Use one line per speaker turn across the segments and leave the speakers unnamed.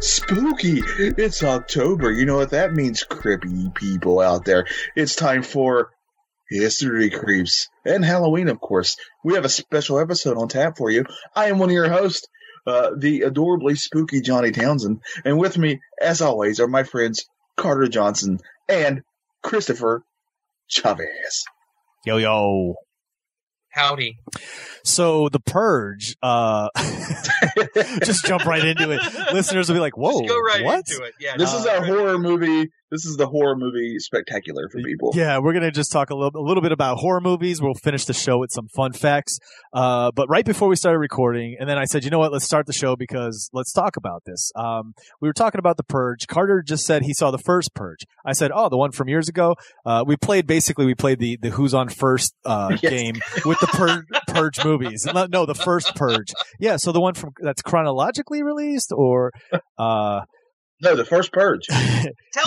Spooky! It's October. You know what that means, creepy people out there. It's time for History Creeps and Halloween, of course. We have a special episode on tap for you. I am one of your hosts, uh, the adorably spooky Johnny Townsend, and with me, as always, are my friends Carter Johnson and Christopher Chavez.
Yo yo.
Howdy.
So the purge, uh just jump right into it. Listeners will be like, Whoa,
Just go right
what?
into it. Yeah.
This
no,
is a
go right
horror
into it.
movie. This is the horror movie spectacular for people.
Yeah, we're gonna just talk a little, a little bit about horror movies. We'll finish the show with some fun facts. Uh, but right before we started recording, and then I said, you know what? Let's start the show because let's talk about this. Um, we were talking about the Purge. Carter just said he saw the first Purge. I said, oh, the one from years ago. Uh, we played basically we played the the Who's on First uh,
Yes.
game with the pur- Purge movies. No, no, the first Purge. Yeah, so the one from that's chronologically released or. Uh,
No, the first Purge.
Telling,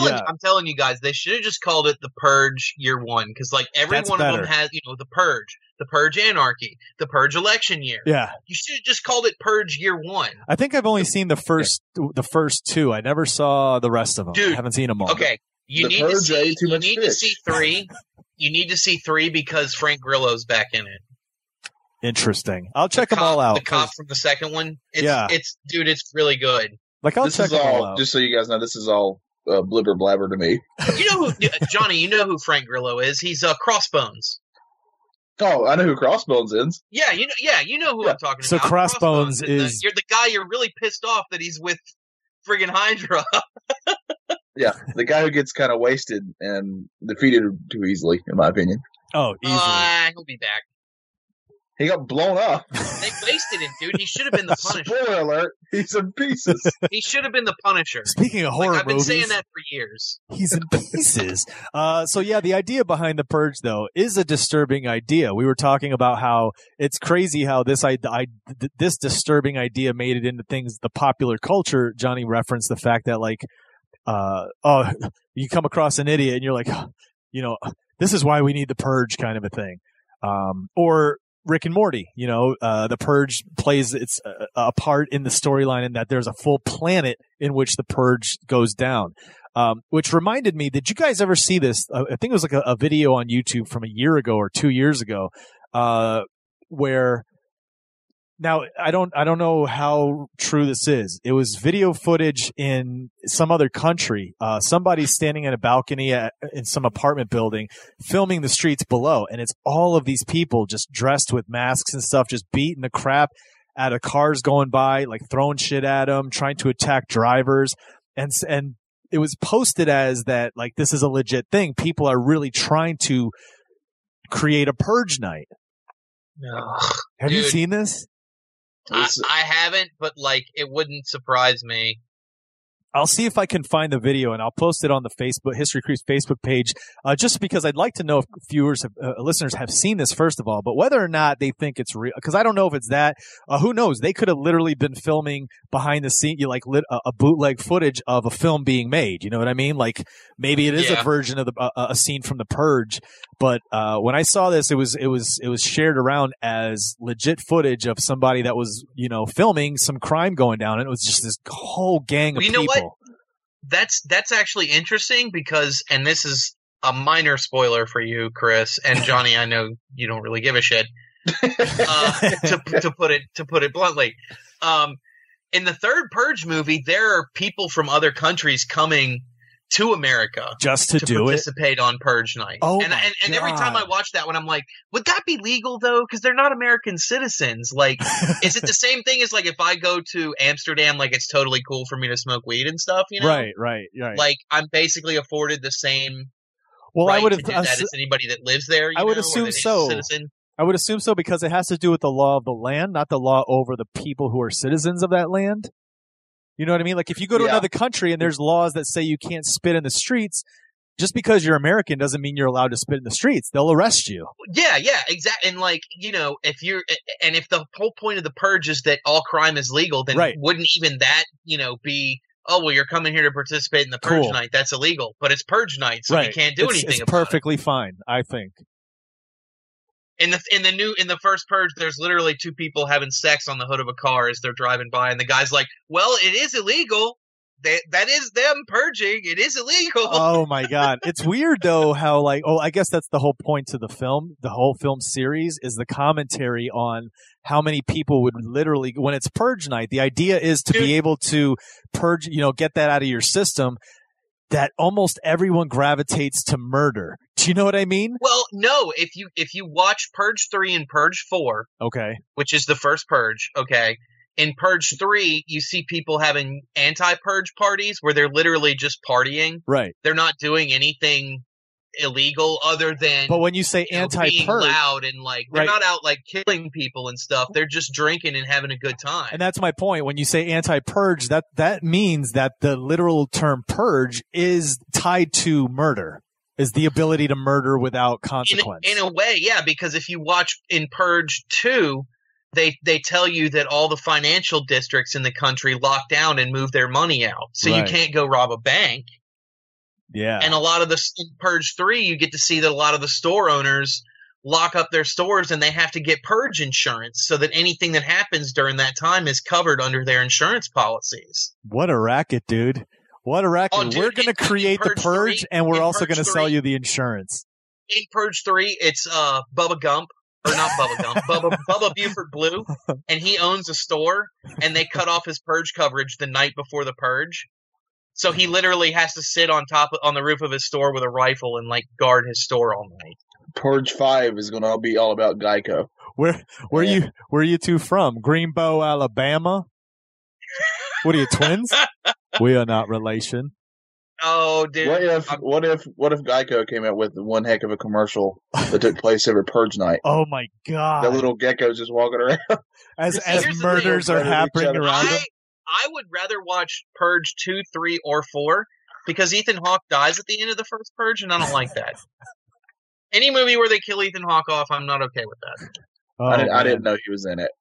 Yeah.
I'm telling you guys, they should have just called it the Purge Year One because like every
That's
one of
better.
them has, you know, the Purge, the Purge Anarchy, the Purge Election Year.
yeah,
You should have just called it Purge Year One.
I think I've only seen the first the first two. I never saw the rest of them.
Dude,
I haven't seen them all.
Okay,
The
you need
Purge
to see.
ate too
you
much
need to
fish.
see three. You need to see three because Frank Grillo's back in it.
Interesting. I'll check them
Cop-
all out.
The cop from the second one. It's,
Yeah.
It's dude. It's really good.
Like I'll
this
check
is
them
all,
all out.
just so you guys know, this is all uh, blibber blabber to me.
You know who Johnny? You know who Frank Grillo is? He's uh, Crossbones.
Oh, I know who Crossbones is.
Yeah, you know. Yeah, you know who
Yeah.
I'm talking
So
about.
Crossbones
the-
is-
you're the guy. You're really pissed off that he's with friggin' Hydra.
Yeah, the guy who gets kind of wasted and defeated too easily, in my opinion.
oh, easily.
Uh, he'll be back.
He got blown up.
They wasted him, dude. He should have been the Punisher.
Spoiler alert: he's in pieces.
He should have been the Punisher.
Speaking of horror
Like, I've been
movies,
saying that for years.
he's in pieces. Uh, so yeah, the idea behind the purge though is a disturbing idea. We were talking about how it's crazy how this I, I- th- this disturbing idea made it into things the popular culture. Johnny referenced the fact that like, uh, oh, you come across an idiot and you're like, you know, this is why we need the purge kind of a thing, um, or. Rick and Morty, you know, uh, the Purge plays its a, a part in the storyline in that there's a full planet in which the Purge goes down um, which reminded me, did you guys ever see this? Uh, I think it was like a, a video on YouTube from a year ago or two years ago, uh, where now I don't I don't know how true this is. It was video footage in some other country. Uh, somebody standing in a balcony at, in some apartment building, filming the streets below, and it's all of these people just dressed with masks and stuff, just beating the crap out of cars going by, like throwing shit at them, trying to attack drivers, and s- and it was posted as that like this is a legit thing. People are really trying to create a purge night.
No.
Have you
Dude.
seen this?
I,
This-
I haven't, but like it wouldn't surprise me.
I'll see if I can find the video and I'll post it on the Facebook History Creeps Facebook page, uh, just because I'd like to know if viewers, have, uh, listeners, have seen this first of all, but whether or not they think it's real, because I don't know if it's that. Uh, who knows? They could have literally been filming behind the scene, you like lit, a, a bootleg footage of a film being made. You know what I mean? Like maybe it is a
Yeah.
version of the uh, a scene from The Purge. But uh, when I saw this, it was it was it was shared around as legit footage of somebody that was you know filming some crime going down, and it was just this whole gang of
You know
people.
what? That's that's actually interesting because, and this is a minor spoiler for you, Chris and Johnny. I know you don't really give a shit. Uh, to to put it to put it bluntly, um, in the third Purge movie, there are people from other countries coming to America
just to, do it.
participate on Purge Night.
Oh
and
my
and, and every time
God.
I watch that one, I'm like, would that be legal though? Because they're not American citizens. Like, is it the same thing as like if I go to Amsterdam, like it's totally cool for me to smoke weed and stuff? You know,
Right, right, right.
Like I'm basically afforded the same
well,
right
I would
to do
have,
that as anybody that lives there. you
I would
know, or
assume
that is a
so.
Citizen.
I would assume so because it has to do with the law of the land, not the law over the people who are citizens of that land. You know what I mean? Like if you go to
Yeah.
another country and there's laws that say you can't spit in the streets, just because you're American doesn't mean you're allowed to spit in the streets. They'll arrest you.
Yeah, yeah, exactly. And like you know, if you're and if the whole point of the purge is that all crime is legal, then
Right.
wouldn't even that you know be oh well, you're coming here to participate in the purge
Cool.
night? That's illegal, but it's purge night, so
right.
you can't do
It's-
anything.
It's
about it.
perfectly fine, I think.
in the in the new in the first purge there's literally two people having sex on the hood of a car as they're driving by and the guy's like well it is illegal that that is them purging it is illegal
oh my god it's weird though how like oh i guess that's the whole point to the film the whole film series is the commentary on how many people would literally when it's purge night the idea is to
Dude.
be able to purge you know get that out of your system that almost everyone gravitates to murder do you know what i mean
well no if you if you watch purge 3 and purge 4
okay
which is the first purge okay in purge 3 you see people having anti-purge parties where they're literally just partying
right
they're not doing anything illegal other than
but when you say
you know,
anti
being
purge
loud and like they're
Right.
not out like killing people and stuff. They're just drinking and having a good time.
And that's my point. When you say anti-purge, that that means that the literal term purge is tied to murder, is the ability to murder without
in,
consequence.
in a way, yeah, because if you watch in Purge two, they they tell you that all the financial districts in the country lock down and move their money out, so
Right.
you can't go rob a bank.
yeah,
And a lot of the in Purge three, you get to see that a lot of the store owners lock up their stores and they have to get purge insurance so that anything that happens during that time is covered under their insurance policies.
what a racket, dude! What a racket!
Oh, dude,
we're gonna
in- in
create the
Purge
purge,
three-
and we're
in
also
Purge
gonna sell
three-
you the insurance.
in Purge Three, it's uh Bubba Gump or not Bubba Gump, Bubba Bubba Buford Blue, and he owns a store, and they cut off his Purge coverage the night before the Purge, so he literally has to sit on top on the roof of his store with a rifle and like guard his store all night.
Purge Five is going to be all about Geico.
Where where
Yeah.
you where you two from? Greenbow, Alabama. What are you twins? we are not relation.
Oh, dude!
What if
I'm-
what if what if Geico came out with one heck of a commercial that took place every Purge night?
Oh my god!
The little geckos just walking around.
as
See,
as
here's the thing.
murders are
Murder each
happening
other.
around them.
I I would rather watch Purge Two, Three, or Four because Ethan Hawke dies at the end of the first Purge, and I don't like that. Any movie where they kill Ethan Hawke off, I'm not okay with that.
Oh,
I, didn't, I
man.
didn't know he was in it.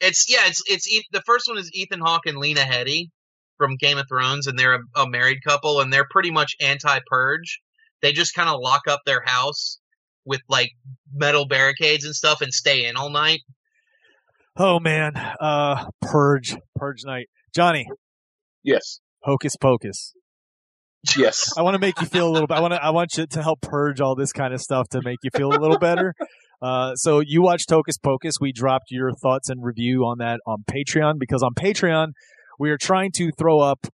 It's yeah, it's it's Eth- the first one is Ethan Hawke and Lena Headey from Game of Thrones, and they're a, a married couple, and they're pretty much anti-purge. They just kind of lock up their house with like metal barricades and stuff, and stay in all night.
Oh man, uh, purge, purge night, Johnny,
Yes,
hocus pocus.
yes.
I want to make you feel a little. I want to. I want you to help purge all this kind of stuff to make you feel a little better. Uh, so you watched Hocus Pocus. We dropped your thoughts and review on that on Patreon because on Patreon we are trying to throw up,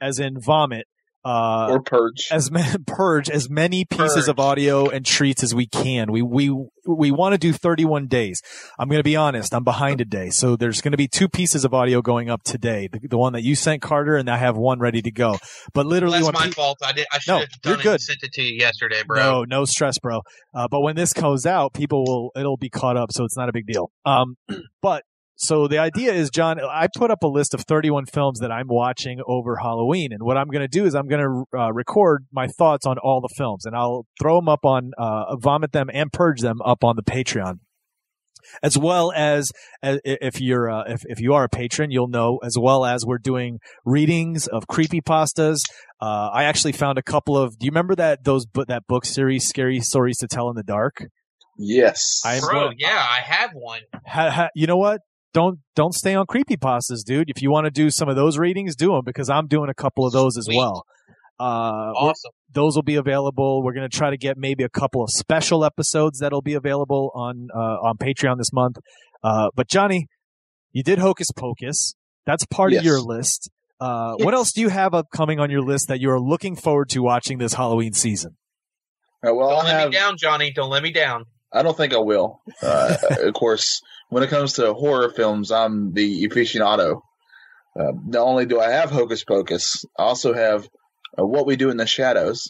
as in vomit, uh,
or Purge.
as ma- purge as many pieces of
Purge.
audio and treats as we can. We we we want to do 31 days. I'm going to be honest, I'm behind a day. So there's going to be two pieces of audio going up today. The, the one that you sent Carter and I have one ready to go. But literally
That's
when
my
pe-
fault. I did. I should
No,
have
you're
done it
good.
and sent it to you yesterday, bro.
No, no stress, bro. Uh, but when this goes out, people will it'll be caught up, so it's not a big deal. Um, but so the idea is, John, I put up a list of 31 films that I'm watching over Halloween, and what I'm going to do is I'm going to uh, record my thoughts on all the films, and I'll throw them up on, uh, vomit them and purge them up on the Patreon. As well as, as if you're uh, if if you are a patron, you'll know. As well as we're doing readings of creepy pastas. Uh, I actually found a couple of. Do you remember that those bu- that book series, scary stories to tell in the dark?
yes,
I-
bro.
what-
yeah, I have one.
Ha, ha, you know what? Don't don't stay on creepy pastas, dude. If you want to do some of those readings, do them because I'm doing a couple of those as
Sweet.
well. Uh, we're-
Awesome.
those will be available. We're going to try to get maybe a couple of special episodes that'll be available on uh, on Patreon this month. Uh, but Johnny, you did Hocus Pocus. That's part
Yes.
of your list. Uh, What
Yes.
else do you have upcoming on your list that you are looking forward to watching this Halloween season?
Uh, well,
Don't
I
let
have.
me down, Johnny. Don't let me down.
I don't think I will. Uh, of course, when it comes to horror films, I'm the aficionado. Uh, not only do I have Hocus Pocus, I also have uh, What We Do in the Shadows,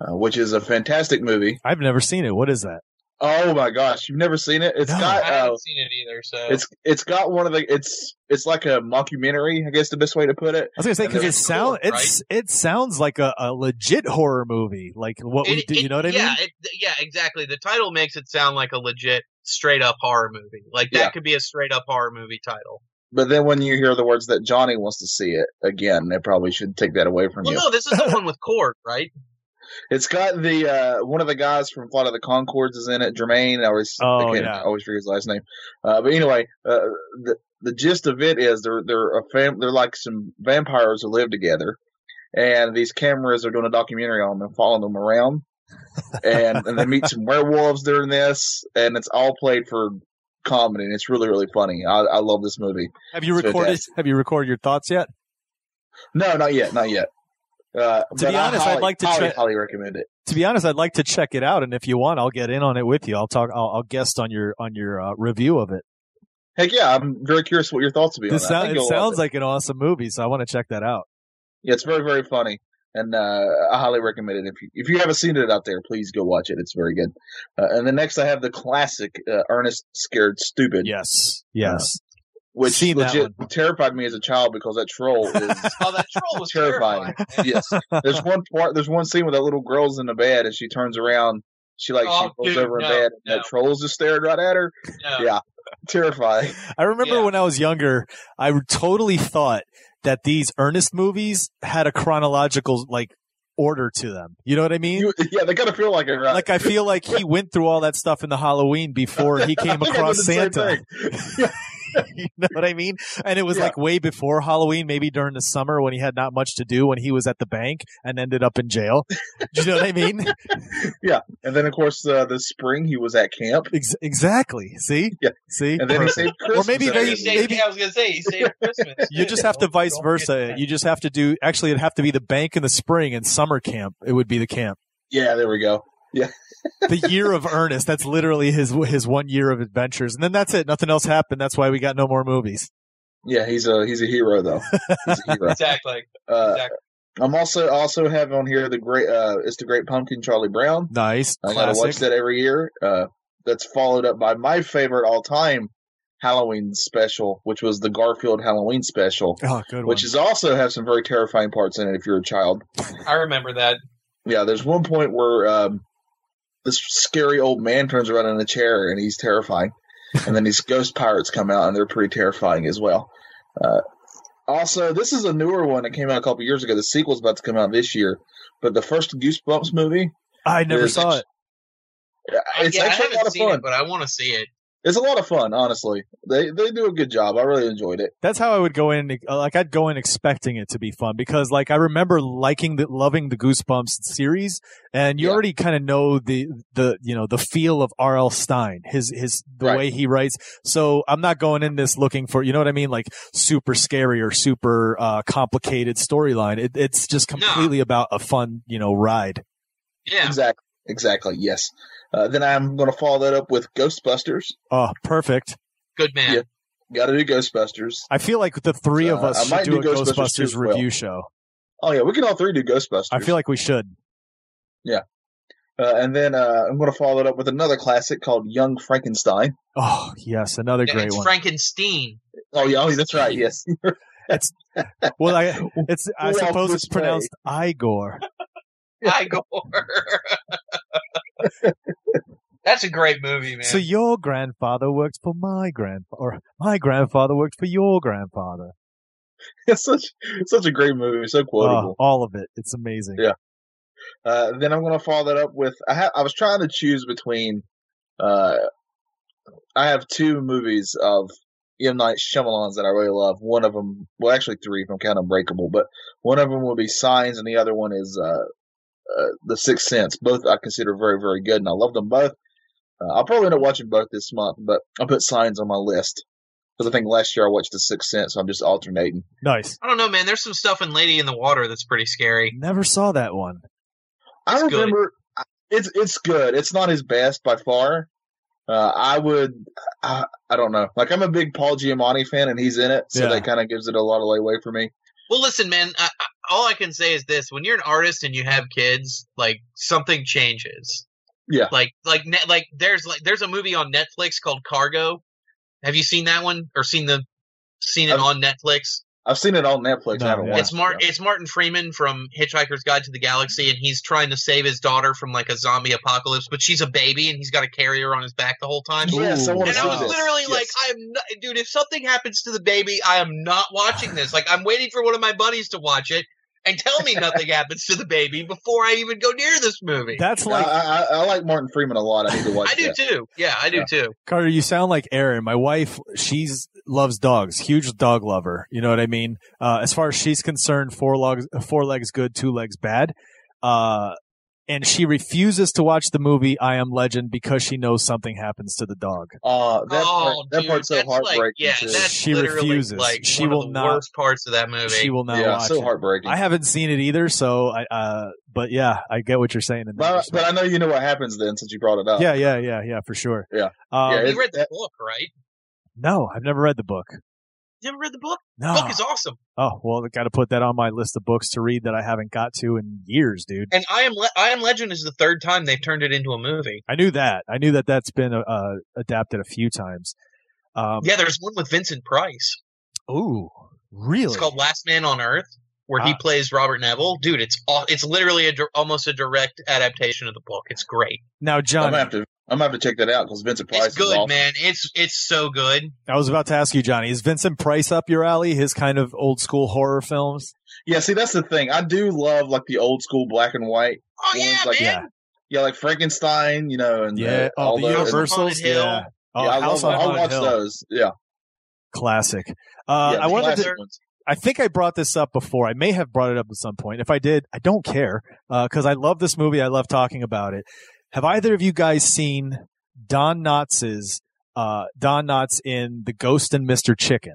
uh, which is a fantastic movie.
I've never seen it. What is that?
Oh my gosh, you've never seen it? It's
No.
I
got
haven't
uh,
seen it either. So
it's it's got one of the it's it's like a mockumentary, I guess the best way to put it.
I was gonna say because it
It's
sound
cool,
it's it sounds like a, a legit horror movie, like what we
It-
do.
it-
You know what I
yeah,
mean?
It, yeah, exactly. The title makes it sound like a legit, straight up horror movie. Like that
Yeah.
could be a straight up horror movie title.
But then when you hear the words that Johnny wants to see it again, they probably should take that away from
Well,
you.
no, this is the one with Korg, right?
It's got the uh, one of the guys from Flight of the Concords is in it. Jermaine, I always
Oh,
I can't-
yeah.
I always forget his last name. Uh, but anyway, uh, the the gist of it is they're they're a fam they're like some vampires who live together, and these cameras are doing a documentary on them and following them around, and and they meet some werewolves during this, and it's all played for comedy. and It's really really funny. I, I love this movie.
Have you
It's
recorded?
fantastic.
Have you recorded your thoughts yet?
No, not yet, not yet. Uh,
To be
but I
honest, I'd
highly-
like to
highly,
try-
highly recommend it.
To be honest, I'd like to check it out, and if you want, I'll get in on it with you. I'll talk. I'll, I'll guest on your on your uh, review of it.
Heck yeah, I'm very curious what your thoughts will be
This
on that. I
sound,
think
it
you'll love
sounds like an awesome movie, so I want to check that out.
Yeah, it's very very funny, and uh, I highly recommend it. If you if you haven't seen it out there, please go watch it. It's very good. Uh, and then next, I have the classic uh, Ernest Scared Stupid,
Yes, yes.
which
seen that
legit terrified me as a child because that troll is.
Oh, that troll was
Terrifying.
terrifying.
yes, there's one part. There's one scene where that little girl's in the bed and she turns around. She like
Oh,
she rolls
dude,
over in
no,
bed and
no.
that troll's just staring right at her.
No.
Yeah. Terrifying.
I remember
Yeah.
when I was younger, I totally thought that these Ernest movies had a chronological like order to them. You know what I mean?
You, yeah, they kind of feel like it, right?
Like I feel like he went through all that stuff in the Halloween before he
I
came
think I
across
did the same
Santa. you know what I mean? And it was
Yeah.
like way before Halloween, maybe during the summer when he had not much to do when he was at the bank and ended up in jail. Do you know what I mean?
And then of course uh, the spring he was at camp,
Ex- exactly. See?
Yeah.
See?
and then he saved Christmas.
maybe
at
they-
the
He
end.
saved,
maybe-
yeah, I was gonna say he saved Christmas.
You just have to vice versa. it. You just have to do. Actually, it'd have to be the bank in the spring and summer camp. It would be the camp,
Yeah, there we go.
the year of Ernest. That's literally his his one year of adventures, and then that's it. Nothing else happened. That's why we got no more movies.
Yeah, he's a he's a hero though. He's a hero.
exactly.
Uh,
Exactly.
I'm also also have on here the great uh it's the great pumpkin Charlie Brown.
Nice
I gotta watch
classic.
that every year. Uh, that's followed up by my favorite all time Halloween special, which was the Garfield Halloween special,
Oh, good
which
one.
is also have some very terrifying parts in it if you're a child.
I remember that.
Yeah, there's one point where um, this scary old man turns around in a chair and he's terrifying. And then these ghost pirates come out and they're pretty terrifying as well. Uh, also, this is a newer one that came out a couple years ago. The sequel's about to come out this year. But the first Goosebumps movie,
I never
is-
saw it.
uh, it's
yeah, I
actually a lot
haven't
of
seen
fun.
it, but I want to see it.
It's a lot of fun, honestly. They they do a good job. I really enjoyed it.
That's how I would go in. uh, Like I'd go in expecting it to be fun because, like, I remember liking the loving the Goosebumps series, and you
Yeah.
already kind of know the the you know the feel of R.L. Stein, his his the
Right.
way he writes. So I'm not going in this looking for you know what I mean, like super scary or super uh, complicated storyline. It, it's just
No.
completely about a fun you know ride.
Yeah.
Exactly. Exactly. Yes. Uh, then I'm going to follow that up with Ghostbusters.
Oh, perfect!
Good man.
Yeah. Got to do Ghostbusters.
I feel like the three of
Uh, I
us should
might
do a
do Ghostbusters too
Ghostbusters
as well.
review show.
Oh yeah, we can all three do Ghostbusters.
I feel like we should.
Uh, and then uh, I'm going to follow it up with another classic called Young Frankenstein.
Oh yes, another
Yeah,
great
it's
one.
Frankenstein.
Oh yeah, oh, that's right. Yes,
Well, I it's I
Well,
suppose
this
it's pronounced Igor.
Igor. That's a great movie, man.
So your grandfather worked for my grandfather, or my grandfather worked for your grandfather. Ah,
it's such such a great movie, so
Oh,
quotable.
all of it. It's amazing.
Yeah. Uh, then I'm going to follow that up with I ha- I was trying to choose between. Uh, I have two movies of M Night Shyamalan's that I really love. One of them, well, actually three if I'm counting Breakable, but one of them will be Signs, and the other one is uh, uh, The Sixth Sense. Both I consider very very good, and I love them both. Uh, I'll probably end up watching both this month, but I'll put Signs on my list because I think last year I watched The Sixth Sense, so I'm just alternating.
Nice.
I don't know, man. There's some stuff in Lady in the Water that's pretty scary.
Never saw that one.
I
It's good.
remember it's it's good. It's not his best by far. Uh, I would I, I don't know. Like I'm a big Paul Giamatti fan, and he's in it, so
Yeah.
that kind of gives it a lot of leeway for me.
Well, listen, man. I, I, all I can say is this: when you're an artist and you have kids, like something changes.
Yeah.
Like, like, net, like there's like there's a movie on Netflix called Cargo. Have you seen that one or seen the seen it
I've-
on Netflix?
I've seen it on Netflix.
No,
I haven't
yeah.
watched.
It's Mar-
it.
it's Martin Freeman from Hitchhiker's Guide to the Galaxy, and he's trying to save his daughter from like a zombie apocalypse, but she's a baby, and he's got to carry her on his back the whole time.
Yes, I
Ooh.
want
And
to
I
see
was
this.
literally
Yes.
like, I am not, dude. If something happens to the baby, I am not watching this. Like, I'm waiting for one of my buddies to watch it, and tell me nothing happens to the baby before I even go near this movie.
That's
I,
like
I, I like Martin Freeman a lot. I need to watch
I do
that.
too. Yeah, I do
Yeah.
too.
Carter, you sound like Aaron. My wife, she's loves dogs, huge dog lover. You know what I mean? Uh, as far as she's concerned, four legs, four legs good, two legs bad. Uh, and she refuses to watch the movie I Am Legend because she knows something happens to the dog.
Uh, that part,
oh,
that
dude,
part's so
that's
heartbreaking.
Like, yeah,
too.
that's
She
literally
refuses.
like
She
one
will
of the
not-
worst parts of that movie.
She will not
yeah,
watch
so
it.
heartbreaking.
I haven't seen it either, so I. Uh, but yeah, I get what you're saying. In that
but, but I
respect.
know you know what happens then since you brought it up.
yeah, yeah, yeah, yeah, for sure.
uh, Yeah.
Um,
Yeah,
you
it's-
read the
that-
book, right?
no, I've never read the book.
You ever read the book?
No.
Book is awesome.
oh well, I got to put that on my list of books to read that I haven't got to in years, dude.
And I am Le- I am Legend is the third time they've turned it into a movie.
I knew that. I knew that that's been uh, adapted a few times. Um,
Yeah, there's one with Vincent Price.
Ooh, really?
It's called Last Man on Earth, where he
Ah.
plays Robert Neville. Dude, it's all, it's literally a, dir- almost a direct adaptation of the book. It's great.
now,
I'm
John,
gonna have to. I'm gonna have to check that out because Vincent Price
it's
is awful.
good, man. It's it's so good.
I was about to ask you, Johnny, is Vincent Price up your alley? His kind of old school horror films.
Yeah, see, that's the thing. I do love like the old school black and white.
Oh
ones,
yeah,
like,
man.
Yeah,
Yeah, like Frankenstein, you know, and
yeah.
uh,
oh,
all
the
those.
Universals.
Haunted Hill.
Yeah. Oh,
yeah, I
House
love.
on
I
Haunted
watch
Hill.
those. Yeah,
Classic. Uh,
yeah
I
the
wanted to
classic ones.
I think I brought this up before. I may have brought it up at some point. If I did, I don't care because I love this movie. I love talking about it. Have either of you guys seen Don Knotts' uh, Don Knotts in The Ghost and Mr. Chicken?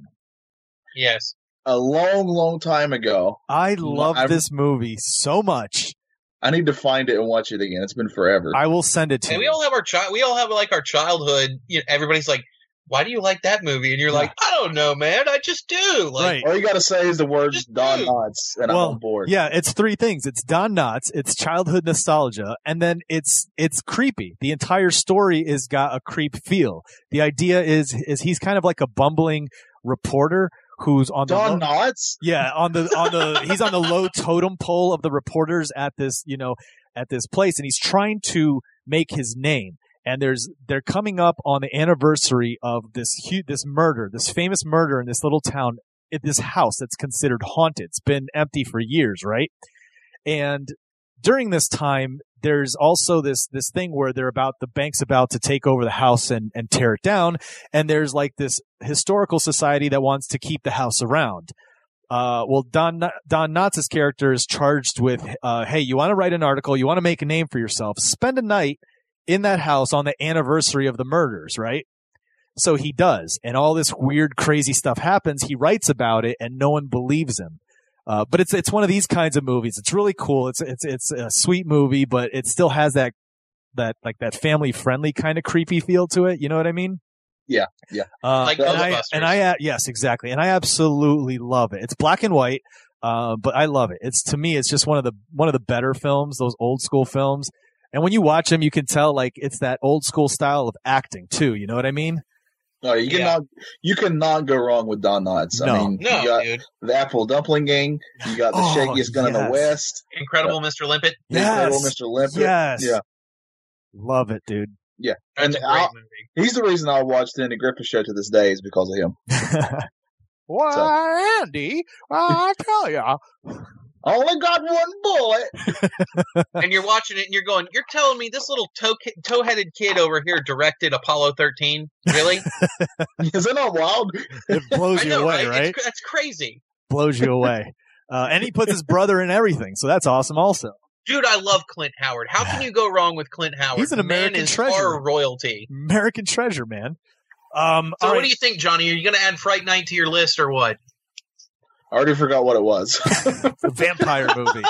Yes.
A long, long time ago.
I
No,
love
I-
this movie so much.
I need to find it and watch it again. It's been forever.
I will send it to
And we
you.
all have our child. We all have like our childhood. You know, everybody's like, "Why do you like that movie?" And you're
Yeah.
like, "I don't know, man. I just do." Like,
right.
all you gotta say is the words
Just
Don
do.
Knotts, and
Well,
I'm on board.
Yeah, it's three things. It's Don Knotts, it's childhood nostalgia, and then it's it's creepy. The entire story is got a creep feel. The idea is is he's kind of like a bumbling reporter who's on the
Don Knotts.
Yeah, on the on the he's on the low totem pole of the reporters at this, you know, at this place and he's trying to make his name. And there's they're coming up on the anniversary of this huge this murder, this famous murder in this little town at this house that's considered haunted. It's been empty for years, right? And during this time, there's also this this thing where they're about the bank's about to take over the house and and tear it down, and there's like this historical society that wants to keep the house around. Uh, well, Don Don Knotts' character is charged with, uh, hey, you want to write an article, you want to make a name for yourself, spend a night in that house on the anniversary of the murders, right? So he does, and all this weird, crazy stuff happens. He writes about it, and no one believes him. Uh, but it's it's one of these kinds of movies. It's really cool. It's it's it's a sweet movie, but it still has that that like that family friendly kind of creepy feel to it. You know what I mean?
Yeah, yeah.
Uh,
Like
and I,
Ghostbusters.
and I uh, yes, exactly. And I absolutely love it. It's black and white, uh, but I love it. It's to me, it's just one of the one of the better films. Those old school films. And when you watch them, you can tell like it's that old school style of acting too. You know what I mean?
No, you
Yeah.
cannot. You cannot go wrong with Don Knotts. I
No.
mean,
no,
you got
dude.
the Apple Dumpling Gang. You got the
Oh,
Shakiest Gun in
yes.
the West.
Incredible Mr. Limpet.
Big
Yes.
Little Mr. Limpet.
Yes.
Yeah.
Love it, dude.
That's
And
a great
I'll-
movie.
He's the reason I watched the Andy Griffith Show to this day is because of him.
Why, Andy? I tell ya.
I only got one bullet.
and you're watching it and you're going, you're telling me this little toe ki- toe-headed kid over here directed Apollo 13? Really?
Is it not wild?
It blows
I
you
know,
away,
right?
right?
It's, that's crazy.
Blows you away. Uh, and he puts his brother in everything, so that's awesome. Also,
Dude, I love Clint Howard. How can you go wrong with Clint Howard?
He's an
The
American
Man is
treasure.
our royalty.
American Treasure, man. Um,
So
all
what
right.
do you think, Johnny? Are you going to add Fright Night to your list or what?
I already forgot what it was.
a vampire movie.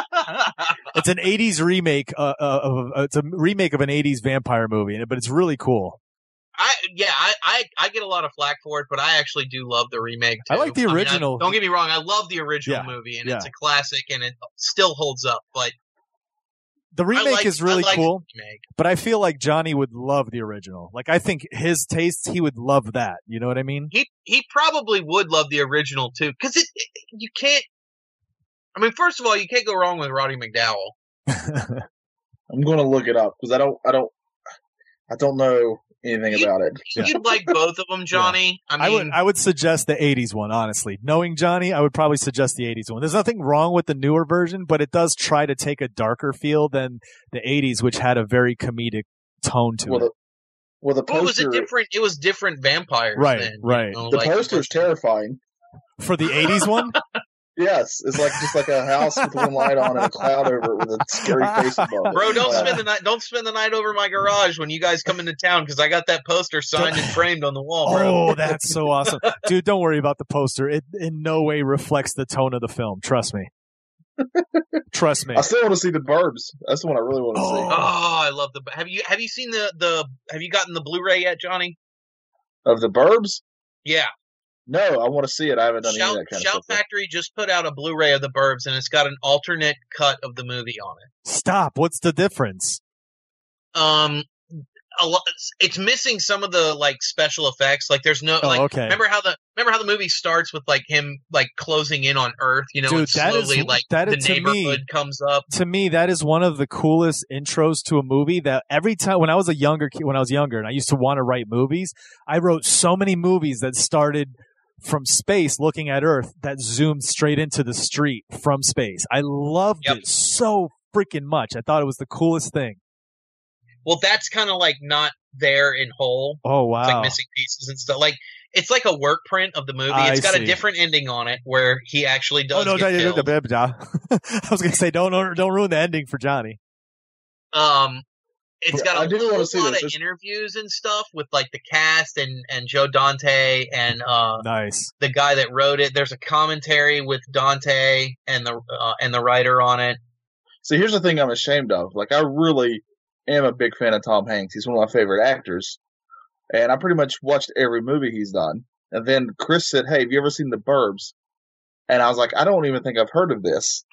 It's an '80s remake. Uh, uh, of, uh, it's a remake of an '80s vampire movie, but it's really cool.
I yeah, I, I I get a lot of flack for it, but I actually do love the remake. Too.
I like the
mean,
original.
don't get me wrong, I love the original
Yeah,
movie, and
yeah.
it's a classic, and it still holds up. But
The
I
remake
like-
is really
I like
cool,
The remake.
but I feel like Johnny would love the original. Like I think his taste, he would love that. You know what I mean?
He he probably would love the original too, because it, it- you can't. I mean, first of all, you can't go wrong with Roddy McDowell.
I'm going to look it up because I don't. I don't. I don't know anything
You-
about it.
Yeah.
You'd like both of them, Johnny. I
I
mean,
would I would suggest the 80s one honestly. Knowing Johnny, I would probably suggest the 80s one. There's nothing wrong with the newer version, but it does try to take a darker feel than the 80s which had a very comedic tone to
Well,
it.
the, well, the
well, it was
poster,
a different. It was different vampires.
Right,
then, you
right.
know,
the
like-
poster's terrifying.
For the 80s one?
Yes, it's like just like a house with one light on and a cloud over it with a scary face above it.
Bro, don't
Like,
spend the night. Don't spend the night over my garage when you guys come into town because I got that poster signed and framed on the wall, bro.
Oh, that's so awesome. Dude, don't worry about the poster. It in no way reflects the tone of the film. Trust me. Trust me.
I still want to see the burbs. That's the one I really want to
Oh.
see.
Oh, I love the. Have you have you seen the the Have you gotten the Blu-ray yet, Johnny?
Of the burbs?
Yeah,
No, I want to see it. I haven't done
Shout,
any of that kind
Shout
of stuff.
Factory just put out a Blu-ray of The Burbs, and it's got an alternate cut of the movie on it.
Stop. What's the difference?
Um, a lot. It's missing some of the like special effects. Like, there's no
Oh,
like.
okay.
Remember how the remember how the movie starts with like him like closing in on Earth, you know,
Dude,
and
that is-
slowly like
that
the
is- to me-
neighborhood comes up.
to me that is one of the coolest intros to a movie that every time when i was a younger kid when i was younger and i used to want to write movies i wrote so many movies that started from space looking at earth that zoomed straight into the street from space i loved
Yep.
it so freaking much i thought it was the coolest thing
Well, that's kind of like not there in whole.
oh wow
It's like missing pieces and stuff. Like it's like a work print of the movie.
I
it's got
see.
a different ending on it where he actually
oh
does.
no
get
don't- don't- don't-
killed.
don't- i was gonna say don't don't ruin the ending for johnny
Um, it's
Yeah,
got a
I do wanna
whole
see
lot
this.
of
This-
interviews and stuff with like the cast and and Joe Dante and uh
nice
the guy that wrote it. There's a commentary with Dante and the uh, and the writer on it.
See, here's the thing I'm ashamed of. Like, I really am a big fan of Tom Hanks. He's one of my favorite actors. And I pretty much watched every movie he's done. And then Chris said, Hey, have you ever seen The Burbs? And I was like, I don't even think I've heard of this.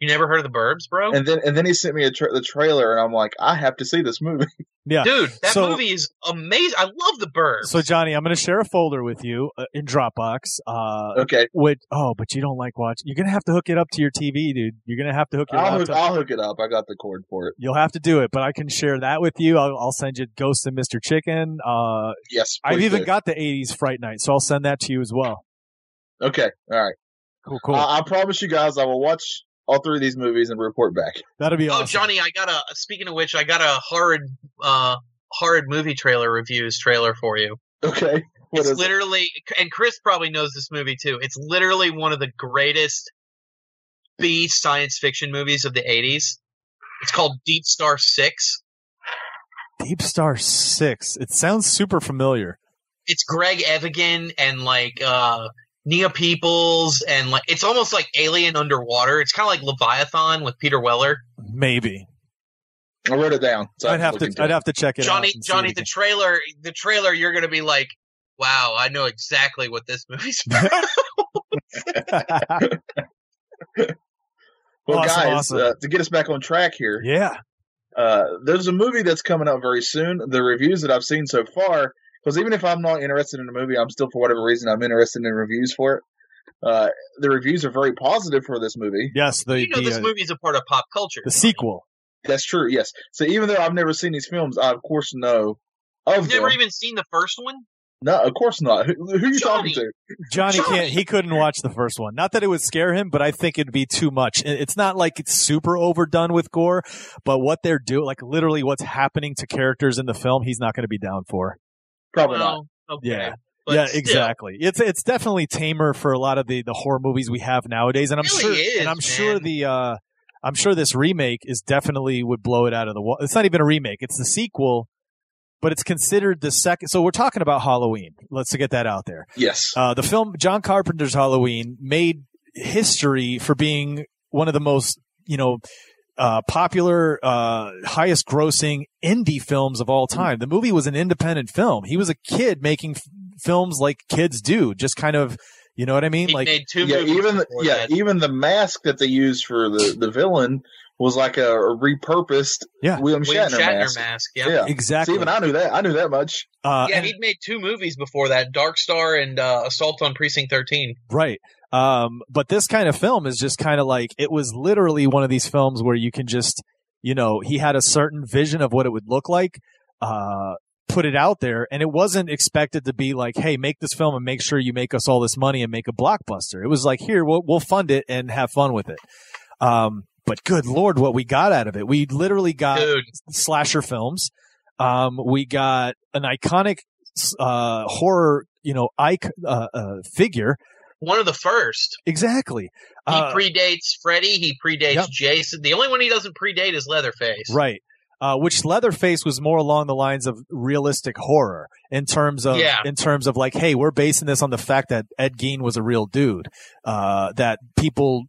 You never heard of the Burbs, bro?
And then and then he sent me a tra- the trailer, and I'm like, I have to see this movie.
yeah
Dude, that
So-
movie is amazing. I love the Burbs.
so johnny i'm gonna share a folder with you uh, in dropbox uh
Okay,
What? Oh, but you don't like watch. You're gonna have to hook it up to your TV, dude. You're gonna have to hook your
I'll hook,
laptop.
I'll hook it up. I got the cord for it.
You'll have to do it, but I can share that with you. I'll, I'll send you Ghost and Mr. Chicken. Uh,
Yes,
I've
please
even
do.
got the '80s Fright Night, so I'll send that to you as well.
Okay, all right.
Cool, cool.
Uh,
I, I promise you guys, I will watch all three of these movies and report back.
That'll be
oh,
awesome.
Johnny, I got a. Speaking of which, I got a horrid, uh, horrid movie trailer reviews trailer for you.
Okay, What is
It's
it?
literally, and Chris probably knows this movie too. It's literally one of the greatest B science fiction movies of the 80s. It's called Deep Star Six.
Deep Star Six. It sounds super familiar.
It's Greg Evigan and like uh, Nia Peoples, and like it's almost like Alien Underwater. It's kind of like Leviathan with Peter Weller.
Maybe
I wrote it down. So
I'd have to. I'd have to check it out.
Johnny,
and see
Johnny,
it
the trailer, the trailer. You're gonna be like, wow, I know exactly what this movie's about.
again.
Well,
Awesome,
guys,
awesome.
Uh, to get us back on track here,
yeah.
uh, there's a movie that's coming out very soon. The reviews that I've seen so far, because even if I'm not interested in a movie, I'm still for whatever reason I'm interested in reviews for it. Uh, the reviews are very positive for this movie.
Yes. The
you know,
the,
this
uh,
movie's a part of pop culture.
the sequel.
That's true. Yes. So even though I've never seen these films, I of course know of
You've never
them.
even seen the first one.
no, of course not. Who, who are you talking
Johnny.
to?
Johnny
Johnny!
can't. He couldn't watch the first one. Not that it would scare him, but I think it'd be too much. It- It's not like it's super overdone with gore, but what they're doing, like literally what's happening to characters in the film, he's not going to be down for.
Probably not.
well, okay.
Yeah.
But
yeah,
still,
exactly. It's it's definitely tamer for a lot of the the horror movies we have nowadays, and I'm
It
sure,
really is,
and I'm sure
man.
the. uh I'm sure this remake is definitely would blow it out of the wall. It's not even a remake; it's the sequel, but it's considered the second. So we're talking about Halloween. Let's get that out there.
Yes.
Uh, the film John Carpenter's Halloween made history for being one of the most, you know, uh, popular, uh, highest grossing indie films of all time. The movie was an independent film. He was a kid making f- films like kids do, just kind of, you know what I mean?
He
like,
made two
yeah,
movies.
even the,
before
yeah,
that.
even the mask that they used for the, the villain was like a, a repurposed
Yeah.
William
William
Shatner,
Shatner
mask.
mask. Yeah. Yeah,
See,
exactly.
even I knew that. I knew that much.
uh, and-
he'd made two movies before that: Dark Star and uh, Assault on Precinct Thirteen.
Right. Um, but this kind of film is just kind of like it was literally one of these films where you can just, you know, he had a certain vision of what it would look like. Uh, put it out there and it wasn't expected to be like, Hey, make this film and make sure you make us all this money and make a blockbuster. It was like, here, we'll, we'll fund it and have fun with it. Um, but good Lord, what we got out of it. We literally got
Dude,
slasher films. Um, we got an iconic, uh, horror, you know, ic- uh, uh, figure.
one of the first.
Exactly.
He
Uh,
predates Freddy. He predates
Yep.
Jason. The only one he doesn't predate is Leatherface.
Right. Uh, which Leatherface was more along the lines of realistic horror in terms of
Yeah.
in terms of like, hey, we're basing this on the fact that Ed Gein was a real dude, uh, that people,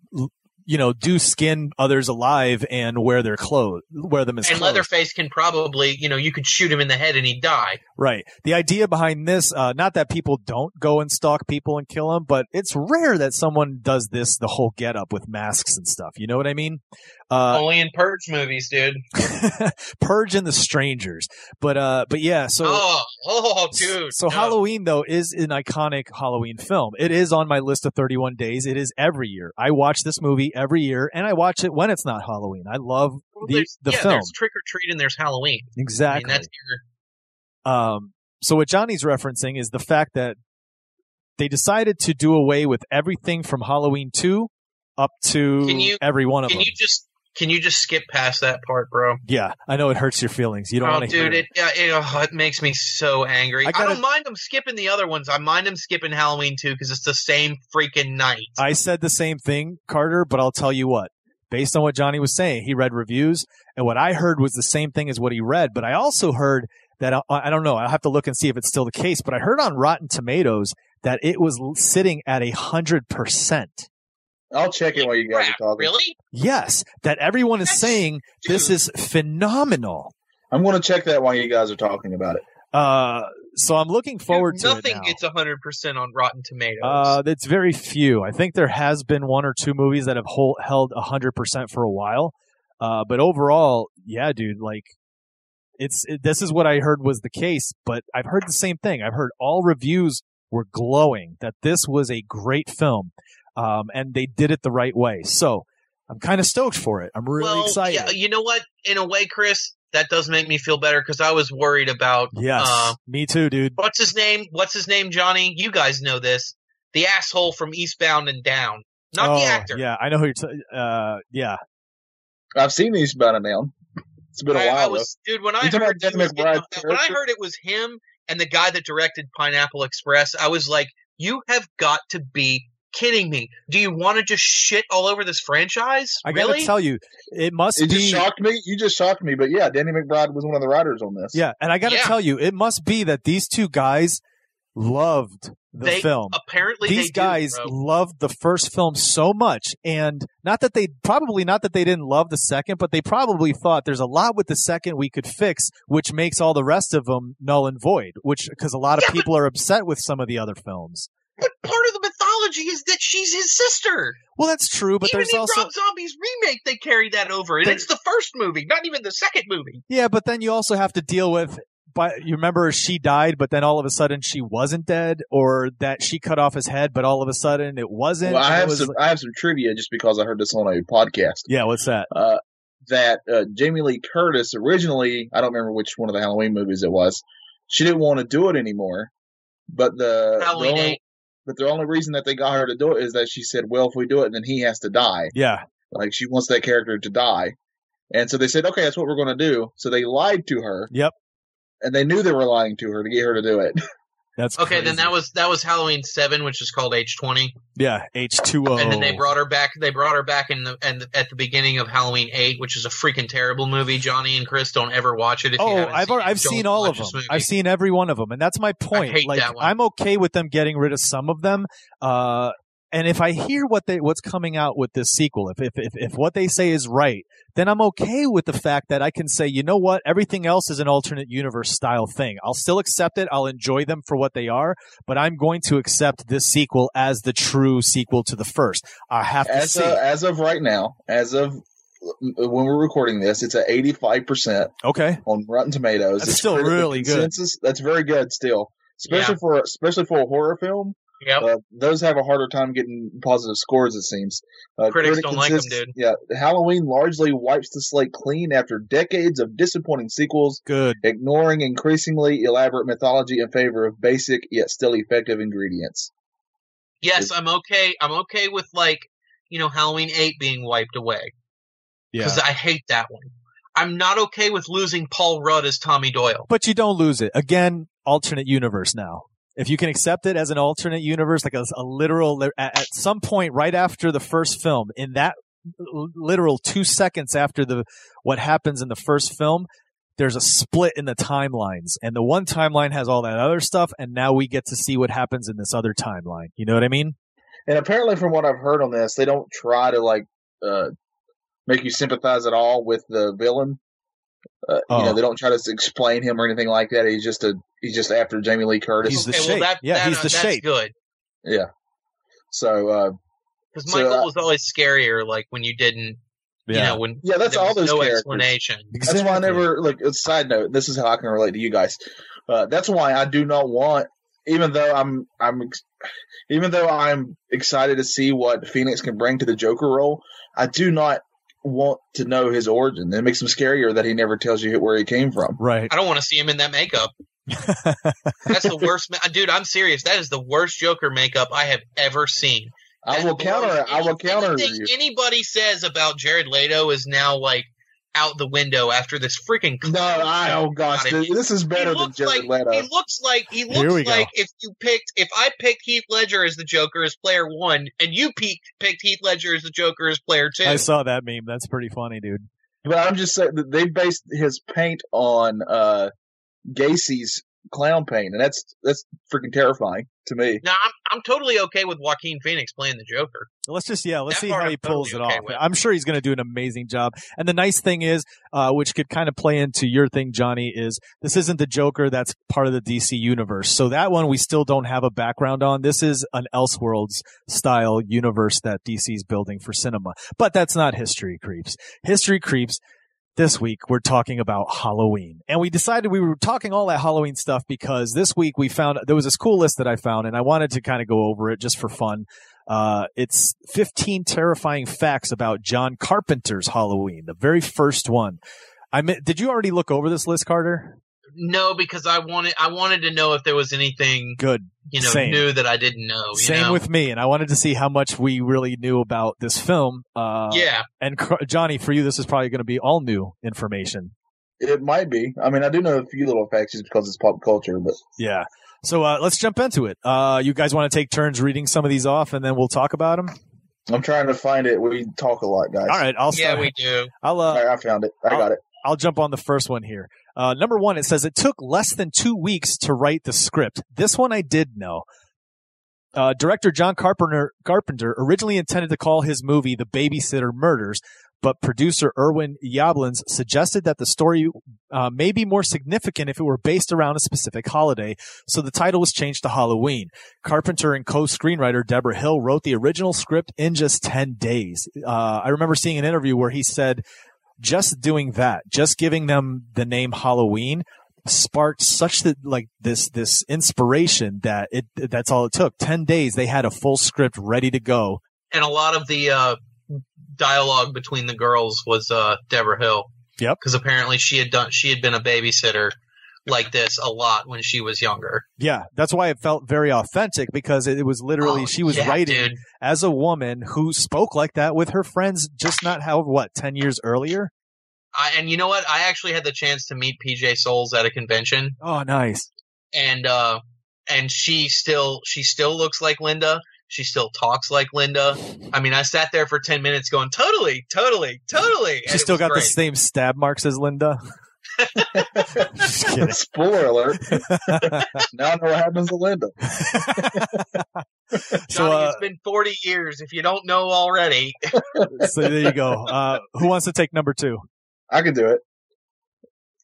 you know, do skin others alive and wear their clothes, wear them as
And
clothes.
Leatherface can probably, you know, you could shoot him in the head and he'd die.
Right. The idea behind this, uh, not that people don't go and stalk people and kill them, but it's rare that someone does this the whole get up with masks and stuff. You know what I mean? Uh,
only in Purge movies, dude.
Purge and the Strangers. But, uh, but yeah, so.
oh, oh, dude.
So
no.
Halloween though is an iconic Halloween film. It is on my list of 31 days. It is every year. I watch this movie every year and I watch it when it's not Halloween. I love
Well,
the-
there's-
the
yeah,
film.
there's Trick or Treat and there's Halloween. I mean,
exactly.
that's your,
um so what Johnny's referencing is the fact that they decided to do away with everything from Halloween 2 up to
Can you-
every one of
Can
them.
you just can you just skip past that part, bro?
yeah, I know it hurts your feelings. You don't
oh,
want to hear
dude,
it.
it yeah, it, oh, it makes me so angry.
I
I,
gotta-
don't mind them skipping the other ones. I mind them skipping Halloween too because it's the same freaking night.
I said the same thing, Carter, but I'll tell you what. Based on what Johnny was saying, he read reviews, and what I heard was the same thing as what he read. But I also heard that I, I don't know. I'll have to look and see if it's still the case. But I heard on Rotten Tomatoes that it was l- sitting at a hundred percent.
I'll check it while you guys are
Crap,
talking.
Really?
Yes, that everyone is
That's-
saying this is phenomenal.
I'm going to check that while you guys are talking about it.
Uh, so I'm looking forward
Dude,
to
nothing
it now.
gets hundred percent on Rotten Tomatoes.
Uh, it's very few. I think there has been one or two movies that have hol- held hundred percent for a while, uh, but overall, yeah, dude, like it's it, this is what I heard was the case. But I've heard the same thing. I've heard all reviews were glowing that this was a great film, um, and they did it the right way. So I'm kind of stoked for it. I'm really
well,
excited.
Yeah, you know what? In a way, Chris, that does make me feel better because I was worried about
yes,
uh,
me too, dude.
what's his name? What's his name, Johnny? You guys know this. The asshole from Eastbound and Down. Not
oh,
the actor.
Yeah, I know who you're. T- uh, yeah,
I've seen these about a now. It's been a
I- I
while. though.
was- dude, when I
talking
heard
about
he was
Devin
getting on
McBride's
that- when I
character?
heard it was him and the guy that directed Pineapple Express, I was like, "You have got to be kidding me! Do you want to just shit all over this franchise?
I
really?"
gotta tell you, it must
It
be.
just shocked me. You just shocked me. But yeah, Danny McBride was one of the writers on this.
Yeah, and I got to
Yeah.
tell you, it must be that these two guys loved the
They-
film.
Apparently,
These
they do,
guys
bro.
loved the first film so much, and not that they probably not that they didn't love the second, but they probably thought there's a lot with the second we could fix, which makes all the rest of them null and void. Which because a lot of
Yeah, but-
people are upset with some of the other films.
but part of the mythology is that she's his sister.
Well, that's true, but
even
there's
in
also
Rob Zombie's remake, they carry that over, and
There-
it's the first movie, not even the second movie.
Yeah, but then you also have to deal with. But you remember she died, but then all of a sudden she wasn't dead, or that she cut off his head, but all of a sudden it wasn't.
Well, I
and it
have
was
some.
like-
I have some trivia just because I heard this on a podcast.
yeah, what's that?
Uh, that uh, Jamie Lee Curtis originally, I don't remember which one of the Halloween movies it was. She didn't want to do it anymore, but the, the
Halloween
only,
eight.
but the only reason that they got her to do it is that she said, "Well, if we do it, then he has to die."
Yeah,
Like she wants that character to die, and so they said, "Okay, that's what we're going to do." So they lied to her.
Yep.
And they knew they were lying to her to get her to do it.
that's
Okay, then
crazy.
that was that was Halloween seven, which is called H twenty.
yeah H two O.
and then they brought her back. They brought her back in the and at the beginning of Halloween Eight, which is a freaking terrible movie. Johnny and Chris don't ever watch it. If you
Oh,
haven't
I've al-
seen it,
I've
don't
seen all
watch
of them.
this movie.
I've seen every one of them, and that's my point.
hate
like
that one.
I'm okay with them getting rid of some of them. Uh, and if I hear what they what's coming out with this sequel, if, if if if what they say is right, then I'm okay with the fact that I can say, you know what, everything else is an alternate universe style thing. I'll still accept it. I'll enjoy them for what they are, but I'm going to accept this sequel as the true sequel to the first. I have to
as
see.
of, as of right now, as of when we're recording this, it's at eighty five percent
okay.
on Rotten Tomatoes.
That's
It's
still
critical
really good.
consensus. That's very good still, especially for especially for a horror film.
Yep.
Uh, those have a harder time getting positive scores, it seems. Uh,
Critics
critic
don't like 'em,
consists- Yeah, Halloween largely wipes the slate clean after decades of disappointing sequels,
Good.
ignoring increasingly elaborate mythology in favor of basic yet still effective ingredients.
yes, I'm okay. I'm okay with like you know Halloween eight being wiped away
Yeah.
because I hate that one. I'm not okay with losing Paul Rudd as Tommy Doyle.
but you don't lose it. Again, alternate universe now. If you can accept it as an alternate universe, like a, a literal, at, at some point right after the first film, in that l- literal two seconds after the what happens in the first film, there's a split in the timelines, and the one timeline has all that other stuff, and now we get to see what happens in this other timeline. You know what I mean?
And apparently, from what I've heard on this, they don't try to like uh, make you sympathize at all with the villain. Uh,
Oh.
You know, they don't try to explain him or anything like that. He's just a he's just after Jamie Lee Curtis.
He's the
okay,
shape.
well that,
Yeah,
that,
he's
uh,
the
that's
shape.
good
so uh,
because
So,
Michael
uh,
was always scarier. Like when you didn't, you know, when
yeah, that's
there
all
was
those
no
characters.
explanation.
That's why I
Exactly.
never like. A side note: This is how I can relate to you guys. Uh, that's why I do not want, even though I'm, I'm, ex- even though I'm excited to see what Phoenix can bring to the Joker role. I do not want to know his origin. It makes him scarier that he never tells you where he came from.
Right.
I don't want to see him in that makeup. That's the worst, ma- dude. I'm serious. That is the worst Joker makeup I have ever seen.
I
That
will counter.
blows.
I will counter
Anything
you.
anybody says about Jared Leto is now like out the window after this freaking.
No, I oh gosh,
God,
this, this is better
he
than
looks
Jared
like
Leto.
he looks like he
Here we
looks
go.
like if you picked if I picked Heath Ledger as the Joker as player one and you pe- picked Heath Ledger as the Joker as player two.
I saw that meme. That's pretty funny, dude.
But I'm just saying that they based his paint on uh, Gacy's clown paint, and that's that's freaking terrifying to me.
now I'm I'm totally okay with Joaquin Phoenix playing the Joker.
Let's just yeah, let's
That
see
part
how
I'm
he pulls
totally okay
it off.
with.
I'm sure he's going to do an amazing job. And the nice thing is, uh, which could kind of play into your thing, Johnny, is this isn't the Joker that's part of the DC universe. So that one we still don't have a background on. This is an Elseworlds style universe that DC's building for cinema. But that's not history creeps. History creeps. This week we're talking about Halloween. And we decided we were talking all that Halloween stuff because this week we found there was this cool list that I found and I wanted to kind of go over it just for fun. Uh, it's 15 terrifying facts about John Carpenter's Halloween, the very first one. I mean, did you already look over this list, Carter?
No, because I wanted I wanted to know if there was anything
Good.
you know
Same.
new that I didn't know. Oh, You
Same
know?
with me. And I wanted to see how much we really knew about this film. Uh,
yeah.
And Car- Johnny, for you, this is probably going to be all new information.
It might be. I mean, I do know a few little facts just because it's pop culture, but
Yeah. So uh, let's jump into it. Uh, you guys want to take turns reading some of these off and then we'll talk about them?
I'm trying to find it. We talk a lot, guys.
All right. I'll start.
Yeah, we do.
I'll, uh,
All right, I found it. I got it.
I'll jump on the first one here. Uh, number one, it says it took less than two weeks to write the script. This one I did know. Uh, director John Carpenter, Carpenter originally intended to call his movie The Babysitter Murders, but producer Erwin Yablans suggested that the story uh, may be more significant if it were based around a specific holiday, so the title was changed to Halloween. Carpenter and co-screenwriter Deborah Hill wrote the original script in just 10 days. Uh, I remember seeing an interview where he said just doing that, just giving them the name Halloween sparked such that like this this inspiration that it that's all it took 10 days they had a full script ready to go
And a lot of the uh, dialogue between the girls was uh, Deborah Hill.
Yep.
Because apparently she had done she had been a babysitter like this a lot when she was younger.
yeah that's why it felt very authentic because it, it was literally
Oh,
she was
yeah,
writing
dude.
as a woman who spoke like that with her friends just not how what 10 years earlier
I, and you know what? I actually had the chance to meet PJ Souls at a convention.
oh nice
and uh and she still she still looks like Linda. She still talks like Linda. I mean, I sat there for ten minutes going, totally, totally, totally.
she still got the same stab marks as linda Just kidding.
Spoiler alert. now I know what happens to Linda.
so uh,
it's been forty years. If you don't know already,
so there you go uh who wants to take number two
I can do it.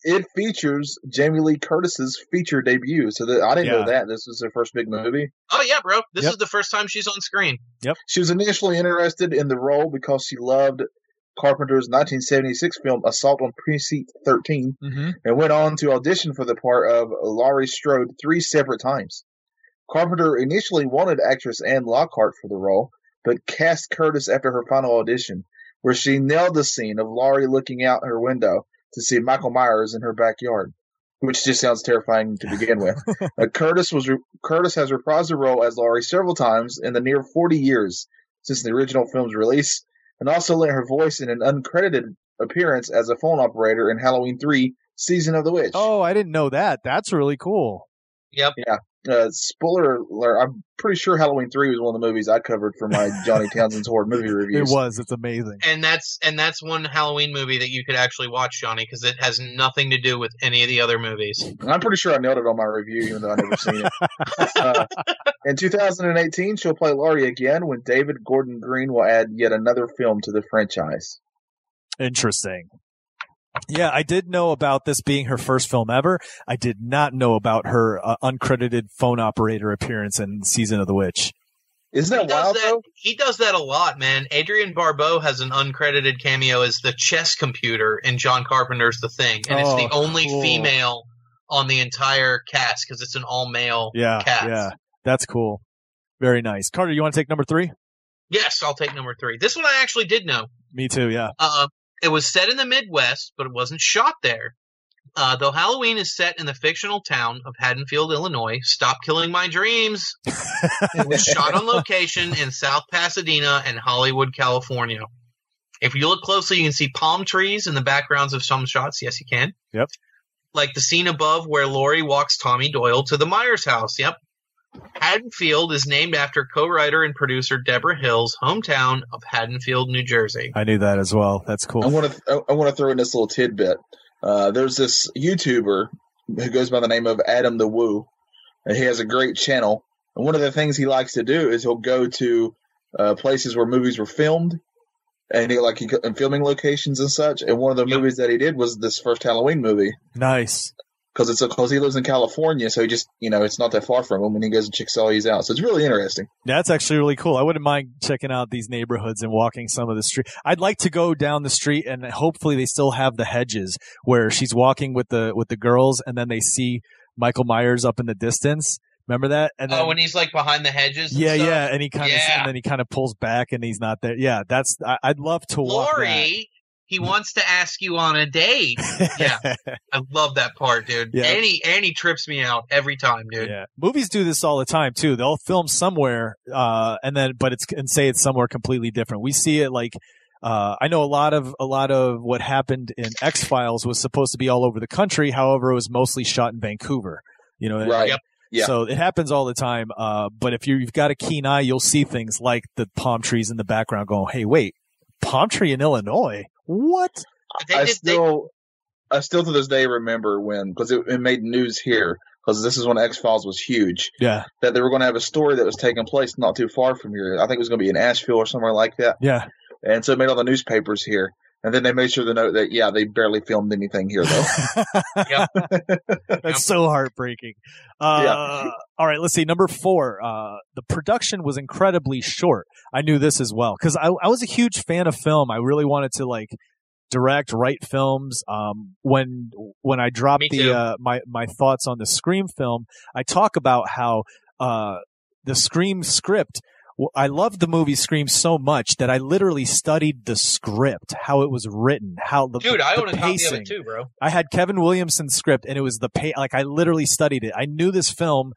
It features Jamie Lee Curtis's feature debut. So that I didn't
Yeah.
know that. This was her first big movie.
oh yeah, bro, this
Yep.
is the first time she's on screen.
She was initially interested in the role because she loved Carpenter's 1976 film Assault on Precinct 13
mm-hmm.
and went on to audition for the part of Laurie Strode three separate times. Carpenter initially wanted actress Anne Lockhart for the role, but cast Curtis after her final audition, where she nailed the scene of Laurie looking out her window to see Michael Myers in her backyard, which just sounds terrifying to begin with. Uh, Curtis was re- Curtis has reprised the role as Laurie several times in the near 40 years since the original film's release, and also lent her voice in an uncredited appearance as a phone operator in Halloween 3: Season of the Witch.
Oh, I didn't know that. That's really cool.
Yep.
Uh, spoiler alert, I'm pretty sure Halloween 3 was one of the movies I covered for my Johnny Townsend's horror movie
It
reviews.
was. It's amazing.
And that's and that's one Halloween movie that you could actually watch, Johnny, because it has nothing to do with any of the other movies.
I'm pretty sure I nailed it on my review, even though I never seen it. Uh, in 2018, she'll play Laurie again when David Gordon Green will add yet another film to the franchise.
Interesting. Yeah, I did know about this being her first film ever. I did not know about her uh, uncredited phone operator appearance in Season of the Witch.
Isn't that
He does
wild,
that,
though?
he does that a lot, man. Adrian Barbeau has an uncredited cameo as the chess computer in John Carpenter's The Thing, and
Oh,
it's the only
cool.
female on the entire cast because it's an all male
Yeah,
cast.
yeah, that's cool. Very nice, Carter. You want to take number three?
Yes, I'll take number three. This one I actually did know.
Me too. Yeah.
Uh, it was set in the Midwest, but it wasn't shot there. Uh, though Halloween is set in the fictional town of Haddonfield, Illinois, Stop Killing My Dreams was shot on location in South Pasadena and Hollywood, California. If you look closely, you can see palm trees in the backgrounds of some shots. Yes, you can.
Yep.
Like the scene above where Laurie walks Tommy Doyle to the Myers house. Yep. Haddonfield is named after co writer and producer Deborah Hill's hometown of Haddonfield, New Jersey.
I knew that as well. That's
I
cool.
want to I want to throw in this little tidbit. Uh, there's this YouTuber who goes by the name of Adam the Woo, and he has a great channel. And one of the things he likes to do is he'll go to uh, places where movies were filmed, and he like he, and filming locations and such. And one of the
Yep.
movies that he did was this first Halloween movie
Nice.
because it's because he lives in California, so he just you know it's not that far from him, and he goes and checks all these out. So it's really interesting.
That's actually really cool. I wouldn't mind checking out these neighborhoods and walking some of the street. I'd like to go down the street and hopefully they still have the hedges where she's walking with the with the girls and then they see Michael Myers up in the distance. Remember that? And then,
oh, and he's like behind the hedges. and
yeah,
stuff?
yeah, and he kind of
Yeah.
and then he kind of pulls back and he's not there. Yeah, that's I, I'd love to walk that.
Lori, he wants to ask you on a date. Yeah. I love that part, dude.
Yeah.
Annie Annie trips me out every time, dude.
Yeah, movies do this all the time too. They'll film somewhere, uh, and then but it's and say it's somewhere completely different. We see it like. Uh, I know a lot of a lot of what happened in X Files was supposed to be all over the country. However, it was mostly shot in Vancouver. You know,
Right.
Yep.
Yeah.
So it happens all the time. Uh, but if you, you've got a keen eye, you'll see things like the palm trees in the background going, "Hey, wait, palm tree in Illinois? What?
They
I
did- they-
still, I still to this day remember when because it, it made news here because this is when X Files was huge.
Yeah,
That they were going to have a story that was taking place not too far from here. I think it was going to be in Asheville or somewhere like that.
yeah,
And so it made all the newspapers here. And then they made sure to note that yeah, they barely filmed anything here though.
That's so heartbreaking. Uh, All right, let's see. Number four, uh, the production was incredibly short. I knew this as well because I, I was a huge fan of film. I really wanted to like direct, write films. Um, when when I dropped
Me
the
too.
uh, my my thoughts on the Scream film, I talk about how uh, the Scream script. w- I loved the movie Scream so much that I literally studied the script, how it was written, how the
dude, I
the
own a copy of
pacing.
it too, bro.
I had Kevin Williamson's script, and it was the pay. Like I literally studied it. I knew this film.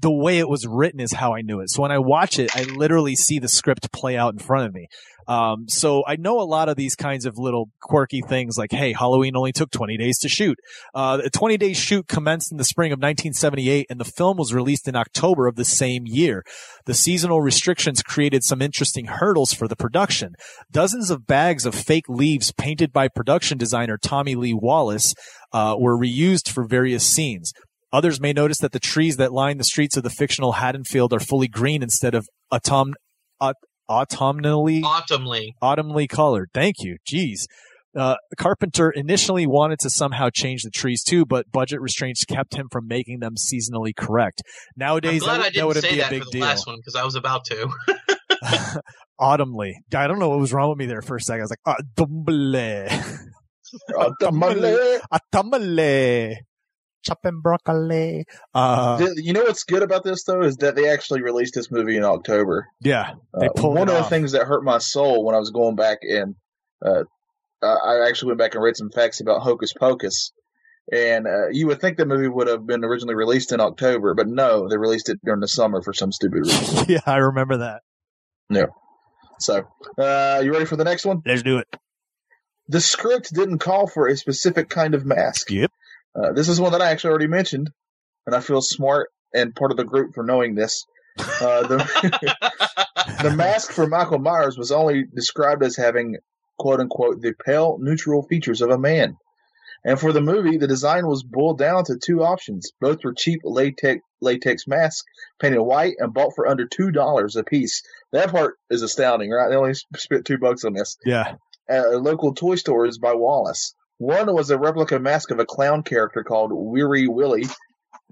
The way it was written is how I knew it. So when I watch it, I literally see the script play out in front of me. Um, so I know a lot of these kinds of little quirky things, like hey, Halloween only took 20 days to shoot. Uh, the 20 day shoot commenced in the spring of 1978, and the film was released in October of the same year. The seasonal restrictions created some interesting hurdles for the production. Dozens of bags of fake leaves painted by production designer Tommy Lee Wallace uh, were reused for various scenes. Others may notice that the trees that line the streets of the fictional Haddonfield are fully green instead of autumn, aut- autumnally
Autumnly.
autumnally colored. Thank you. Jeez. Uh, Carpenter initially wanted to somehow change the trees too, but budget restraints kept him from making them seasonally correct.
I'm
Nowadays,
glad
that,
I
would- that would
didn't say
be a
that for
big
the
deal.
last one because I was about to.
autumnly. I don't know what was wrong with me there for a second. I was like, "Ah, autumnly.
Oh, the money.
Autumnly. "Ah, chopping broccoli. Uh,
Th- you know what's good about this though is that they actually released this movie in October.
yeah, They
Uh,
pulled
one
it
of
off.
the things that hurt my soul when I was going back and uh, I I actually went back and read some facts about Hocus Pocus, and uh, you would think the movie would have been originally released in October, but no, they released it during the summer for some stupid reason.
yeah, I remember that.
So, uh, you ready for the next one?
Let's do it.
The script didn't call for a specific kind of mask.
Yep.
Uh, this is one that I actually already mentioned, and I feel smart and part of the group for knowing this. Uh, the, the mask for Michael Myers was only described as having, quote unquote, the pale, neutral features of a man. And for the movie, the design was boiled down to two options. Both were cheap latex latex masks, painted white and bought for under two dollars a piece. That part is astounding, right? They only spent two bucks on this
Yeah,
at local toy stores by Wallace. One was a replica mask of a clown character called Weary Willie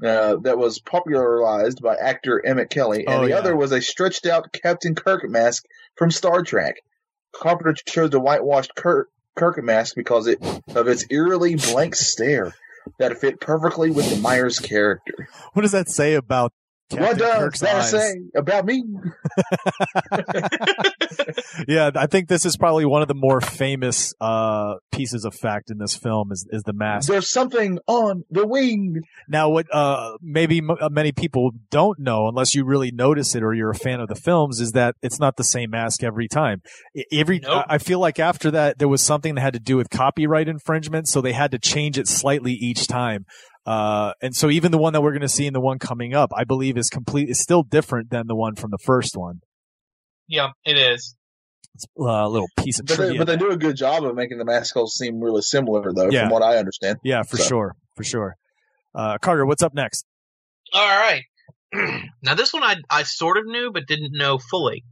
uh, that was popularized by actor Emmett Kelly, and
Oh,
the
yeah.
other was a stretched out Captain Kirk mask from Star Trek. Carpenter chose the whitewashed Kirk, Kirk mask because it, of its eerily blank stare that fit perfectly with the Myers character.
what does that say about Captain
what does
Kirk's
that
eyes?
say about me?
Yeah, I think this is probably one of the more famous uh, pieces of fact in this film is is the mask.
There's something on the wing.
Now, what uh, maybe m- uh, many people don't know, unless you really notice it or you're a fan of the films, is that it's not the same mask every time. I- Every
Nope.
I I feel like after that there was something that had to do with copyright infringement, so they had to change it slightly each time. Uh, and so even the one that we're going to see and the one coming up, I believe, is complete is still different than the one from the first one.
yeah, it is.
It's uh, a little piece of
But they,
trivia.
but they do a good job of making the mascots seem really similar, though,
Yeah.
from what I understand.
yeah, for
So.
sure, for sure. Uh, Carter, what's up next?
All right. now this one I I sort of knew but didn't know fully.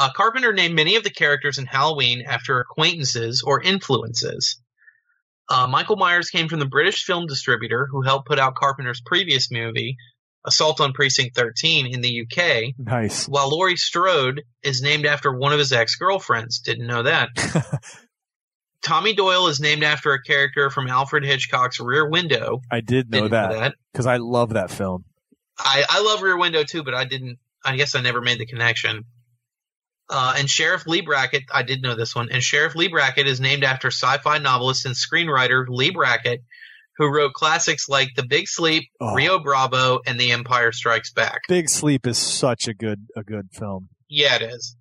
Uh, Carpenter named many of the characters in Halloween after acquaintances or influences. Uh, Michael Myers came from the British film distributor who helped put out Carpenter's previous movie, Assault on Precinct 13, in the UK,
Nice.
while Laurie Strode is named after one of his ex girlfriends. Didn't know that. Tommy Doyle is named after a character from Alfred Hitchcock's Rear Window.
I did know
Didn't
that because I love that film.
I, I love Rear Window too, but I didn't. I guess I never made the connection. Uh, and Sheriff Lee Brackett, I did know this one. And Sheriff Lee Brackett is named after sci-fi novelist and screenwriter Lee Brackett, who wrote classics like The Big Sleep,
Oh.
Rio Bravo, and The Empire Strikes Back.
Big Sleep is such a good a good film.
Yeah, it is.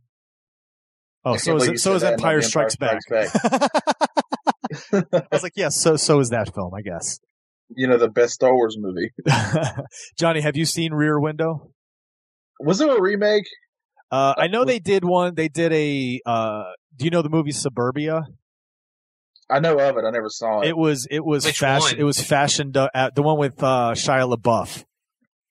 Oh,
I
so
can't
is
believe
it,
you
so
said
is
that, not
Empire
The
Strikes Back. I was like, yeah, so so is that film, I guess.
You know, the best Star Wars movie.
Johnny, have you seen Rear Window?
Was there a remake?
Uh, I know they did one. They did a. Uh, do you know the movie Suburbia?
I know of it. I never saw it.
It was it was
Which
fashion.
one?
It was fashioned uh, at the one with uh, Shia LaBeouf.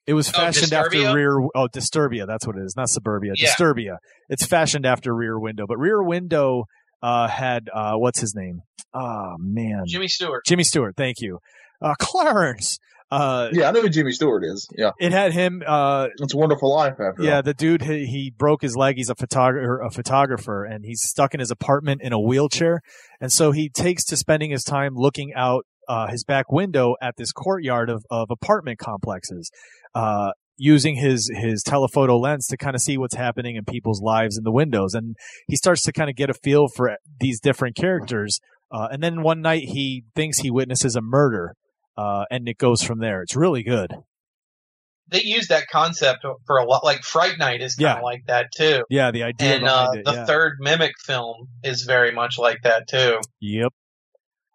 It was fashioned after
Oh, Disturbia?
Rear. Oh, Disturbia. That's what it is. Not Suburbia.
Yeah.
Disturbia. It's fashioned after Rear Window, but Rear Window uh, had uh, what's his name? Oh man,
Jimmy Stewart.
Jimmy Stewart. Thank you, uh, Clarence. Uh,
yeah, I know who Jimmy Stewart is. Yeah,
it had him. Uh,
it's a Wonderful Life. After
yeah,
all.
the dude he, he broke his leg. He's a photographer, a photographer, and he's stuck in his apartment in a wheelchair. And so he takes to spending his time looking out uh, his back window at this courtyard of, of apartment complexes. Uh, using his his telephoto lens to kind of see what's happening in people's lives in the windows and he starts to kind of get a feel for these different characters uh, and then one night he thinks he witnesses a murder uh, and it goes from there it's really good
They used that concept for a lot. Like Fright Night is kind
Yeah.
of like that too.
yeah the idea
And uh,
behind it
the
yeah.
third Mimic film is very much like that too.
Yep.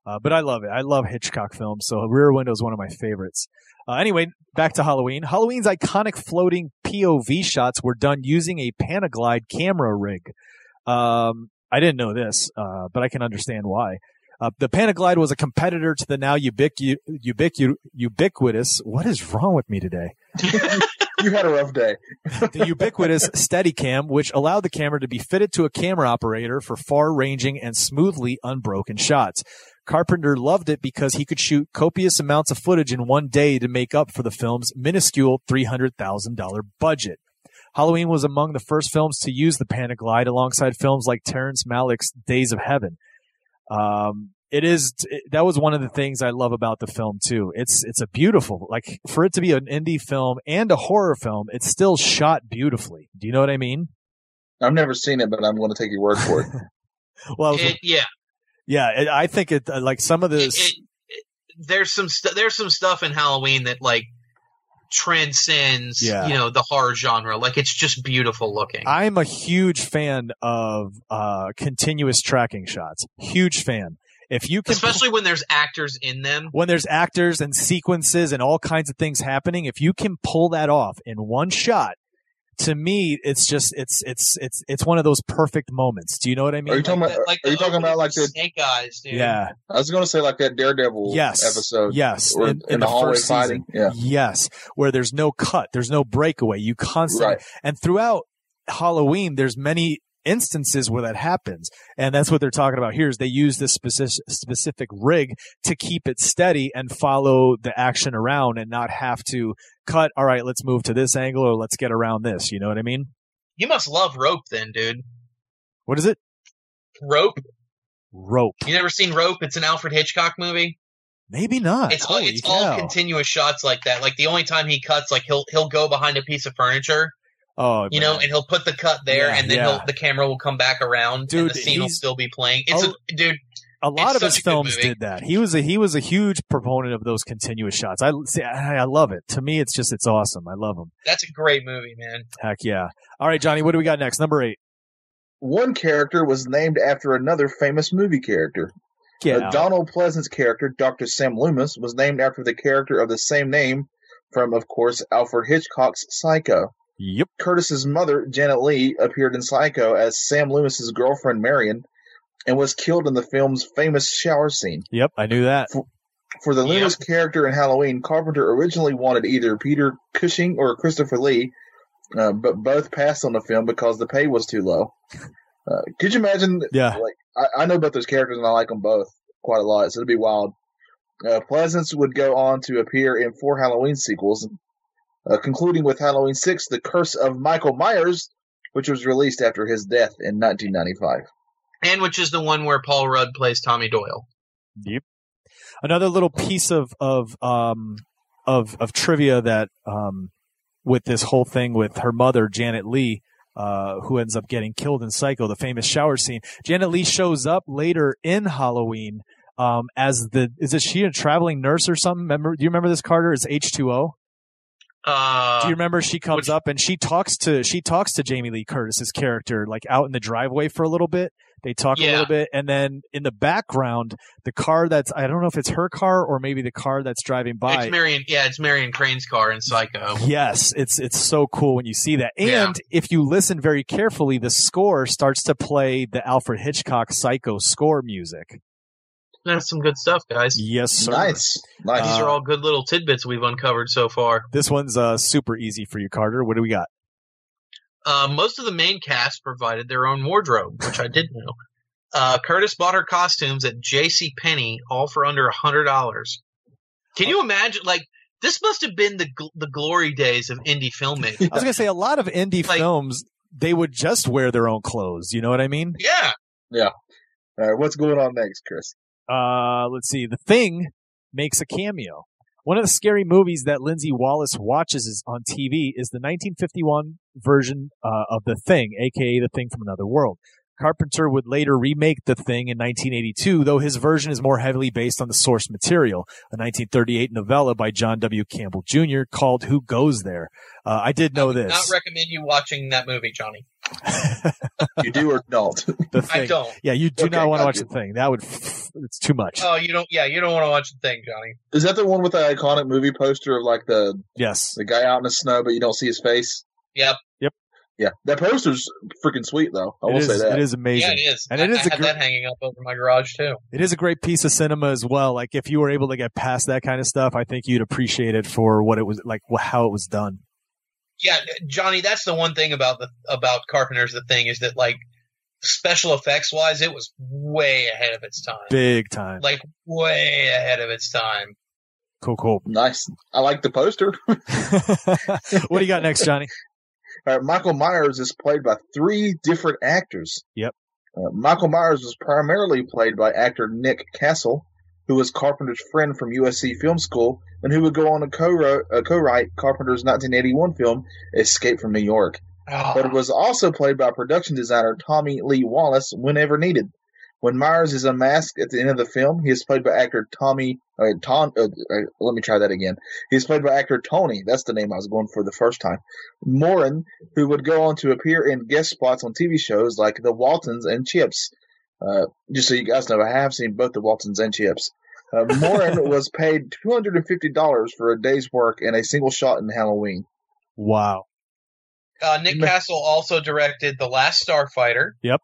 Uh, but I love it. I love Hitchcock films, so Rear Window is one of my favorites. Uh, anyway, back to Halloween. Halloween's iconic floating POV shots were done using a Panaglide camera rig. Um, I didn't know this, uh, but I can understand why. Uh, the Panaglide was a competitor to the now ubiqui- ubiqui- ubiquitous. What is wrong with me today?
you had a rough day.
the ubiquitous Steadicam, which allowed the camera to be fitted to a camera operator for far-ranging and smoothly unbroken shots. Carpenter loved it because he could shoot copious amounts of footage in one day to make up for the film's minuscule $300,000 budget. Halloween was among the first films to use the Panaglide alongside films like Terrence Malick's Days of Heaven. Um, it is it, that was one of the things I love about the film too. It's it's a beautiful like for it to be an indie film and a horror film, it's still shot beautifully. Do you know what I mean?
I've never seen it, but I'm going to take your word for it.
well,
It- yeah,
yeah, it, I think it uh, like some of
it,
this.
it- it- there's some stu- there's some stuff in Halloween that like transcends
Yeah.
you know the horror genre. Like it's just beautiful looking.
I'm a huge fan of uh continuous tracking shots. Huge fan. If you can
Especially when there's actors in them.
when there's actors and sequences and all kinds of things happening if you can pull that off in one shot to me it's just it's it's it's it's one of those perfect moments do you know what i mean
Are you talking
Like
about?
the- like
are you
the
talking about
opening
like the?
Snake Eyes, dude?
yeah
I was going to say like that Daredevil
yes
episode.
yes
or in the hallway
first season.
fighting, yeah.
yes where there's no cut there's no breakaway you constantly
Right.
and throughout Halloween, there's many instances where that happens, and that's what they're talking about here. Is they use this specific specific rig to keep it steady and follow the action around, and not have to cut. All right, let's move to this angle, or let's get around this. You know what I mean?
You must love Rope, then, dude.
What is it?
Rope.
Rope?
You never seen Rope? It's an Alfred Hitchcock movie.
Maybe not.
It's all,
Holy
it's all
cow.
continuous shots like that. Like the only time he cuts, like he'll he'll go behind a piece of furniture,
oh,
you
man.
know, and he'll put the cut there,
Yeah,
and then
yeah.
he'll, the camera will come back around, and
Dude,
the scene will
he's-
still be playing. It's
Oh.
a dude.
a lot of
It's
his
such a good
films
movie.
did that. He was a he was a huge proponent of those continuous shots. I see, I I love it. To me, it's just it's awesome. I love him.
That's a great movie, man.
Heck yeah! All right, Johnny, what do we got next? Number eight.
One character was named after another famous movie character.
Get
Uh,
out.
Donald Pleasant's character, Dr. Sam Loomis, was named after the character of the same name from, of course, Alfred Hitchcock's Psycho.
Yep.
Curtis's mother, Janet Lee, appeared in Psycho as Sam Loomis's girlfriend, Marion, and was killed in the film's famous shower scene.
Yep. I knew that.
For the
Yep.
Loomis character in Halloween, Carpenter originally wanted either Peter Cushing or Christopher Lee, uh, but both passed on the film because the pay was too low. Uh, could you imagine
Yeah.
I, I know about those characters and I like them both quite a lot, so it'd be wild. Uh, Pleasance would go on to appear in four Halloween sequels, uh, concluding with Halloween 6, The Curse of Michael Myers, which was released after his death in 1995.
And which is the one where Paul Rudd plays Tommy Doyle.
Yep. Another little piece of of um of of trivia that um with this whole thing with her mother Janet Lee uh who ends up getting killed in Psycho, the famous shower scene. Janet Lee shows up later in Halloween um as the is it she a traveling nurse or something? Remember do you remember this Carter? It's H two O.
Uh,
Do you remember she comes
which-
up and she talks to she talks to Jamie Lee Curtis's character like out in the driveway for a little bit. They talk a
Yeah.
little bit and then in the background, the car that's I don't know if it's her car or maybe the car that's driving by.
it's Marion. Yeah, it's Marion Crane's car in Psycho.
Yes, it's it's so cool when you see that. And
Yeah.
if you listen very carefully, the score starts to play the Alfred Hitchcock Psycho score music.
That's some good stuff, guys.
Yes, sir.
Nice. Nice.
These
Uh,
are all good little tidbits we've uncovered so far.
This one's uh, super easy for you, Carter. What do we got?
Uh, most of the main cast provided their own wardrobe, which I did know. Uh, Curtis bought her costumes at J.C. Penney, all for under a hundred dollars. Can you imagine? Like this must have been the gl- the glory days of indie filmmaking.
I was gonna say a lot of indie
Like-
films they would just wear their own clothes. You know what I mean?
yeah,
All right, what's going on next, Chris?
uh, let's see, The Thing makes a cameo. One of the scary movies that Lindsay Wallace watches is on TV is the 1951 version uh, of The Thing, aka The Thing from Another World. Carpenter would later remake The Thing in 1982, though his version is more heavily based on the source material, a 1938 novella by John W. Campbell Jr. called Who Goes There. Uh, I did know this.
not recommend you watching that movie, Johnny.
You do or don't?
the Thing.
I don't.
Yeah, you do
Okay,
not want to
got
watch
you. Uh,
The Thing. That would, it's too much.
Oh, you don't. Yeah, you don't want to watch the thing, Johnny.
Is that the one with the iconic movie poster of like the
yes.
the guy out in the snow, but you don't see his face?
Yep.
Yeah, that poster's freaking sweet though. I
It
will
is,
say that.
it is amazing.
Yeah, it is.
And
I,
it is
I
a
had
gr-
that hanging up over my garage too.
It is a great piece of cinema as well. Like if you were able to get past that kind of stuff, I think you'd appreciate it for what it was like, wh- how it was done.
yeah, Johnny, that's the one thing about the about Carpenter's the thing is that like special effects wise, it was way ahead of its time.
Big time.
Like way ahead of its time.
Cool, cool.
Nice. I like the poster.
what do you got next, Johnny?
All right, Michael Myers is played by three different actors.
Yep.
Uh, Michael Myers was primarily played by actor Nick Castle, who was Carpenter's friend from USC Film School and who would go on to co-write, uh, co-write Carpenter's 1981 film Escape from New York. But it was also played by production designer Tommy Lee Wallace whenever needed. When Myers is unmasked at the end of the film, he is played by actor Tommy. Uh, Tom, uh, uh, let me try that again. He's played by actor Tony. That's the name I was going for the first time. Morin, who would go on to appear in guest spots on TV shows like The Waltons and Chips. Uh, just so you guys know, I have seen both The Waltons and Chips. Uh, Morin was paid $250 for a day's work and a single shot in Halloween.
Wow.
Uh, Nick
Ma-
Castle also directed The Last Starfighter.
Yep.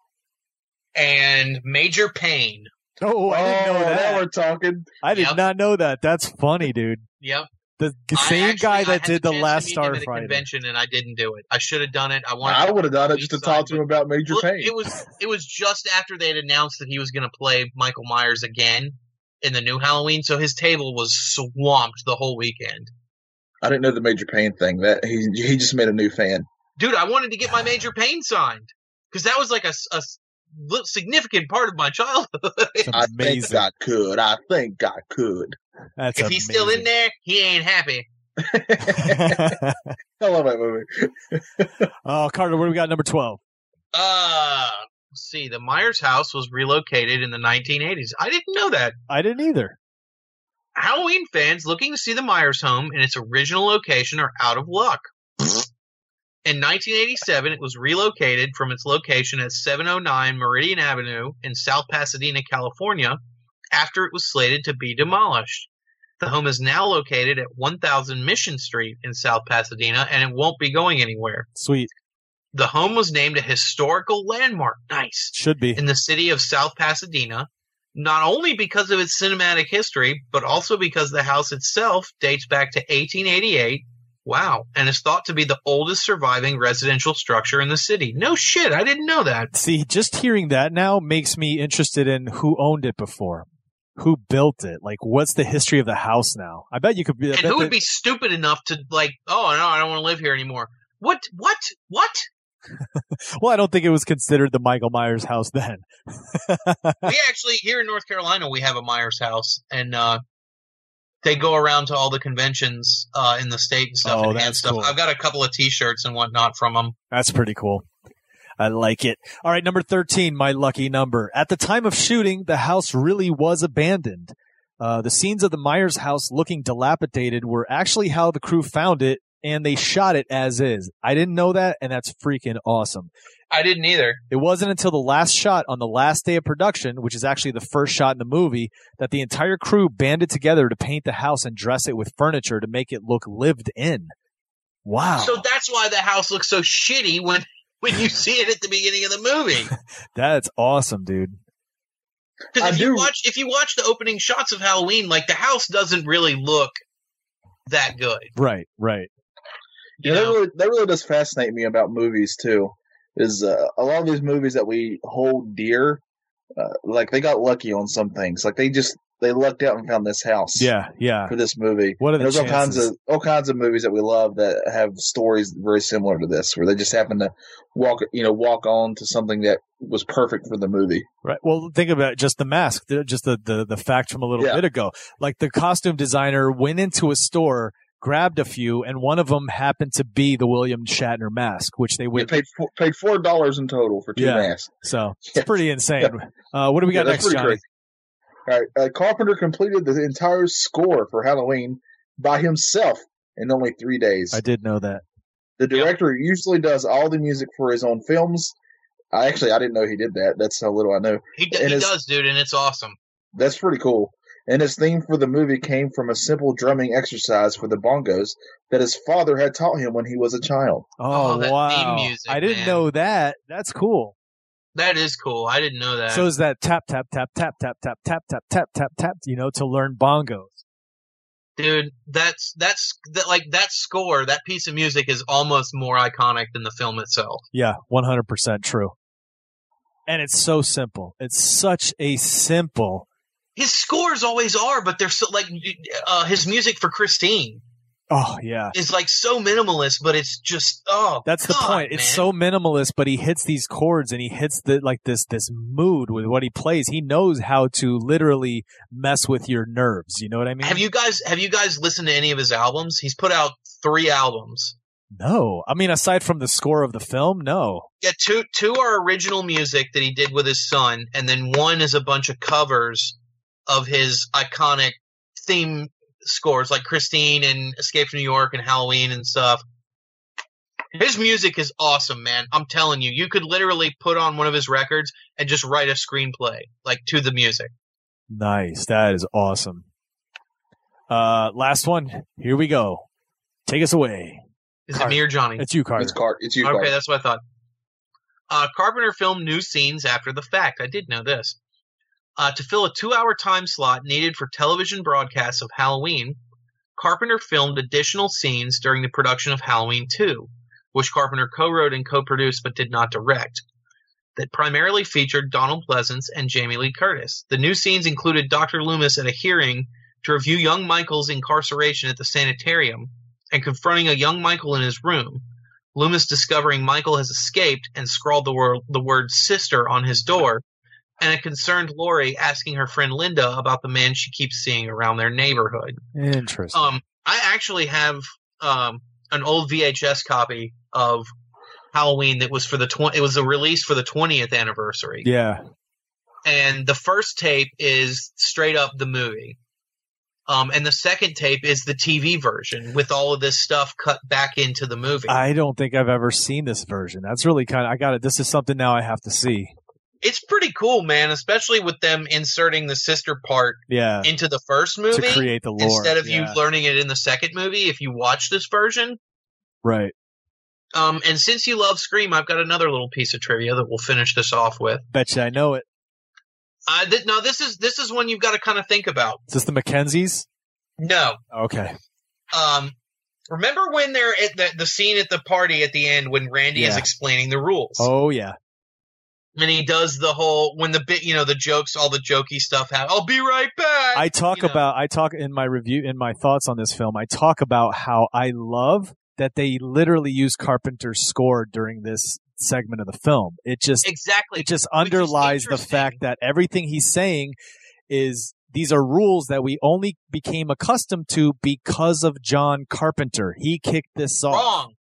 And Major Pain.
Oh, I didn't know
Oh,
that.
Now we're talking.
I did
Yep.
not know that. That's funny, dude.
Yep.
The g-
I
same
actually- I
guy that
had
did the
chance to
last
meet him at a
Starfighter.
convention, and I didn't do it. I should have done it. I wanted.
I
to-
would have done it just to
Lee's side,
talk to him about Major
Well,
Payne.
It was it was just after they had announced that he was going to play Michael Myers again in the new Halloween, so his table was swamped the whole weekend.
I didn't know the Major Payne thing. That he he just made a new fan.
Dude, I wanted to get my Major Pain signed because that was like a, s- a s- li- significant part of my childhood.
It's
I
amazing.
think I could. I think I could.
That's
if he's still in there, he ain't happy.
there.
I love that movie.
oh, Carter, what do we got? Number twelve.
Uh, let's see. The Myers house was relocated in the 1980s. I didn't know that.
I didn't either.
Halloween fans looking to see the Myers home in its original location are out of luck. In 1987, it was relocated from its location at 709 Meridian Avenue in South Pasadena, California, after it was slated to be demolished. The home is now located at 1000 Mission Street in South Pasadena, and it won't be going anywhere.
Sweet.
The home was named a historical landmark. Nice
Should be.
in the city of South Pasadena, not only because of its cinematic history, but also because the house itself dates back to 1888. Wow, and is thought to be the oldest surviving residential structure in the city. No shit, I didn't know that.
See, just hearing that now makes me interested in who owned it before, who built it. Like, what's the history of the house now? I bet you could be. I
And
bet
who
that-
would be stupid enough to like, oh no, I don't want to live here anymore. What? What? What?
Well, I don't think it was considered the Michael Myers house then.
we actually here in North Carolina we have a Myers house, and uh, they go around to all the conventions uh, in the state and stuff
Oh,
and hand
that's
stuff.
cool.
I've got a couple of T-shirts and whatnot from them.
That's pretty cool. I like it. All right, number 13, my lucky number. At the time of shooting, the house really was abandoned. Uh, the scenes of the Myers house looking dilapidated were actually how the crew found it, and they shot it as is. I didn't know that, and that's freaking awesome.
I didn't either.
It wasn't until the last shot on the last day of production, which is actually the first shot in the movie, that the entire crew banded together to paint the house and dress it with furniture to make it look lived in. Wow.
So that's why the house looks so shitty when when you see it at the beginning of the movie.
that's awesome, dude.
I
Because if you
do-
watch if you watch the opening shots of Halloween, like the house doesn't really look that good.
Right, right.
You
Yeah, that
know?
really, that really does fascinate me about movies too. Is uh, a lot of these movies that we hold dear, uh, like they got lucky on some things. Like they just they lucked out and found this house.
Yeah, yeah.
For this movie,
What are the
there's all kinds
chances?
of all kinds of movies that we love that have stories very similar to this, where they just happen to walk, you know, walk on to something that was perfect for the movie.
Right. Well, think about just the mask, the- just the the, the fact from a little
Yeah.
bit ago. Like the costume designer went into a store, grabbed a few, and one of them happened to be the William Shatner mask, which they
We
went.
paid four, paid four dollars in total for two
Yeah.
masks.
So
Yeah.
it's pretty insane. Uh, what do we got
Yeah, that's
next,
pretty
Johnny?
crazy. All right, uh, Carpenter completed the entire score for Halloween by himself in only three days.
I did know that.
The director usually does all the music for his own films. I actually I didn't know he did that. That's how little I know.
He, d-
And
he
it's-
does, dude, and it's awesome.
That's pretty cool. And his theme for the movie came from a simple drumming exercise for the bongos that his father had taught him when he was a child.
Oh,
Oh, that theme
wow!
music,
I didn't
man.
know that. That's cool.
That is cool. I didn't know that.
So is that tap tap tap tap tap tap tap tap tap tap tap? You know, to learn bongos.
dude that's that's that like that score that piece of music is almost more iconic than the film itself
Yeah, one hundred percent true. And it's so simple. It's such a simple
his scores always are but they're so like uh his music for christine
Oh yeah.
is like so minimalist, but it's just oh.
That's the
God,
point. It's
man.
so minimalist, but he hits these chords and he hits the like this this mood with what he plays. He knows how to literally mess with your nerves. You know what I mean?
Have you guys have you guys listened to any of his albums? He's put out three albums.
no, I mean aside from the score of the film, no.
Yeah, two two are original music that he did with his son, and then one is a bunch of covers of his iconic theme scores, like Christine and Escape from New York and Halloween and stuff. His music is awesome, man. I'm telling you, you could literally put on one of his records and just write a screenplay like to the music.
Nice. That is awesome. Uh, last one. Here we go. Take us away.
Is
Carter.
it me or Johnny?
It's you, Carter.
It's Car. It's you,
okay,
Carter.
that's what I thought. Uh, Carpenter filmed new scenes after the fact. I did know this. Uh, to fill a two hour time slot needed for television broadcasts of Halloween, Carpenter filmed additional scenes during the production of Halloween 2, which Carpenter co wrote and co produced but did not direct, that primarily featured Donald Pleasance and Jamie Lee Curtis. The new scenes included Dr. Loomis at a hearing to review young Michael's incarceration at the sanitarium and confronting a young Michael in his room. Loomis discovering Michael has escaped and scrawled the word, the word sister on his door, and a concerned Lori asking her friend Linda about the man she keeps seeing around their neighborhood.
Interesting.
Um, I actually have um, an old VHS copy of Halloween that was for the tw- it was a release for the 20th anniversary.
yeah.
And the first tape is straight up the movie. Um, and the second tape is the TV version with all of this stuff cut back into the movie.
I don't think I've ever seen this version. That's really kind of, I got it. This is something now I have to see.
it's pretty cool, man, especially with them inserting the sister part
Yeah.
into the first
To
movie
create the lore.
instead of
Yeah.
you learning it in the second movie if you watch this version.
Right.
Um, and since you love Scream, I've got another little piece of trivia that we'll finish this off with.
Betcha I know it.
Uh, th- no, this is this is one you've got to kind of think about.
Is this the Mackenzies?
No,
Okay.
um, remember when they're at the, the scene at the party at the end when Randy is
Yeah.
explaining the rules,
Oh, yeah.
and he does the whole when the bit you know the jokes, all the jokey stuff. Happen- I'll be right back.
I talk
you know.
about I talk in my review in my thoughts on this film. I talk about how I love that they literally use Carpenter's score during this segment of the film. It just
exactly.
it just underlies the
interesting.
fact that everything he's saying is these are rules that we only became accustomed to because of John Carpenter. He kicked this off.
Wrong.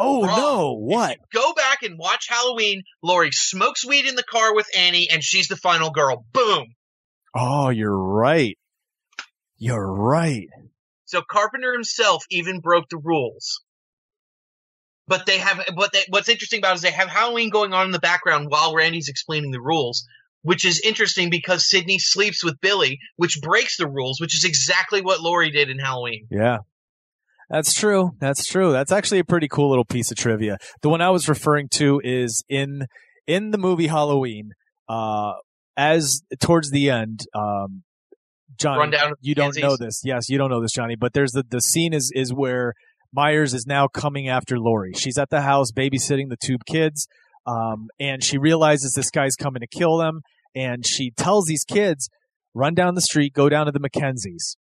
Oh
Wrong.
no, what?
Go back and watch Halloween. Lori smokes weed in the car with Annie, and she's the final girl. Boom.
Oh, you're right. You're right.
So Carpenter himself even broke the rules. But they have but they, what's interesting about it is they have Halloween going on in the background while Randy's explaining the rules, which is interesting because Sydney sleeps with Billy, which breaks the rules, which is exactly what Laurie did in Halloween.
Yeah. That's true. That's true. That's actually a pretty cool little piece of trivia. The one I was referring to is in in the movie Halloween, uh as towards the end, um Johnny
Run down to
you don't
Mackenzie's.
know this. Yes, you don't know this, Johnny, but there's the the scene is is where Myers is now coming after Lori. She's at the house babysitting the two kids, um, and she realizes this guy's coming to kill them, and she tells these kids, run down the street, go down to the Mackenzies.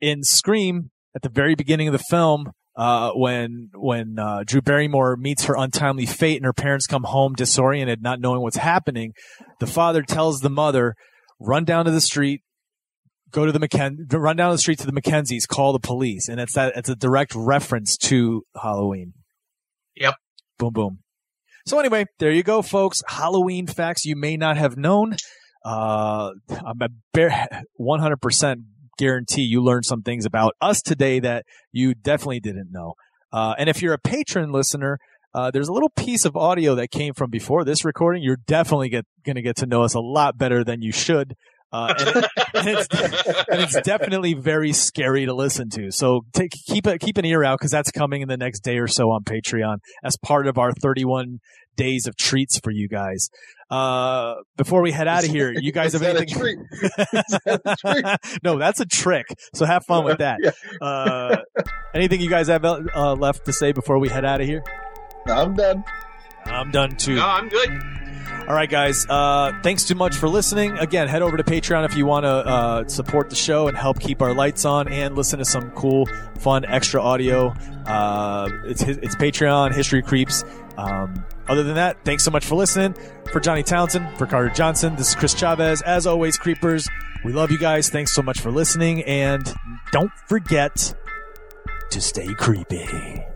In Scream, at the very beginning of the film, uh, when when uh, Drew Barrymore meets her untimely fate and her parents come home disoriented, not knowing what's happening, the father tells the mother, "Run down to the street, go to the McKen- run down the street to the Mackenzies, call the police." And it's that it's a direct reference to Halloween.
Yep.
Boom boom. So anyway, there you go, folks. Halloween facts you may not have known. Uh, I'm a bare 100% guarantee you learned some things about us today that you definitely didn't know. Uh, and if you're a patron listener, uh, there's a little piece of audio that came from before this recording. You're definitely get, going to get to know us a lot better than you should. Uh, and, it- and it's, and it's definitely very scary to listen to. So take, keep a, keep an ear out because that's coming in the next day or so on Patreon as part of our 31 days of treats for you guys. Uh, before we head out of here, you guys
Is
have
that a
anything?
treat? that a
no, that's a trick. So have fun with that.
Yeah.
Uh, anything you guys have uh, left to say before we head out of here?
I'm done.
I'm done too.
No, I'm good.
All All right, guys. Uh, thanks too much for listening. Again, head over to Patreon if you want to uh, support the show and help keep our lights on and listen to some cool, fun, extra audio. Uh, it's, it's Patreon, History Creeps. Um, other than that, thanks so much for listening. For Johnny Townsend, for Carter Johnson, this is Chris Chavez. As always, Creepers, we love you guys. Thanks so much for listening. And don't forget to stay creepy.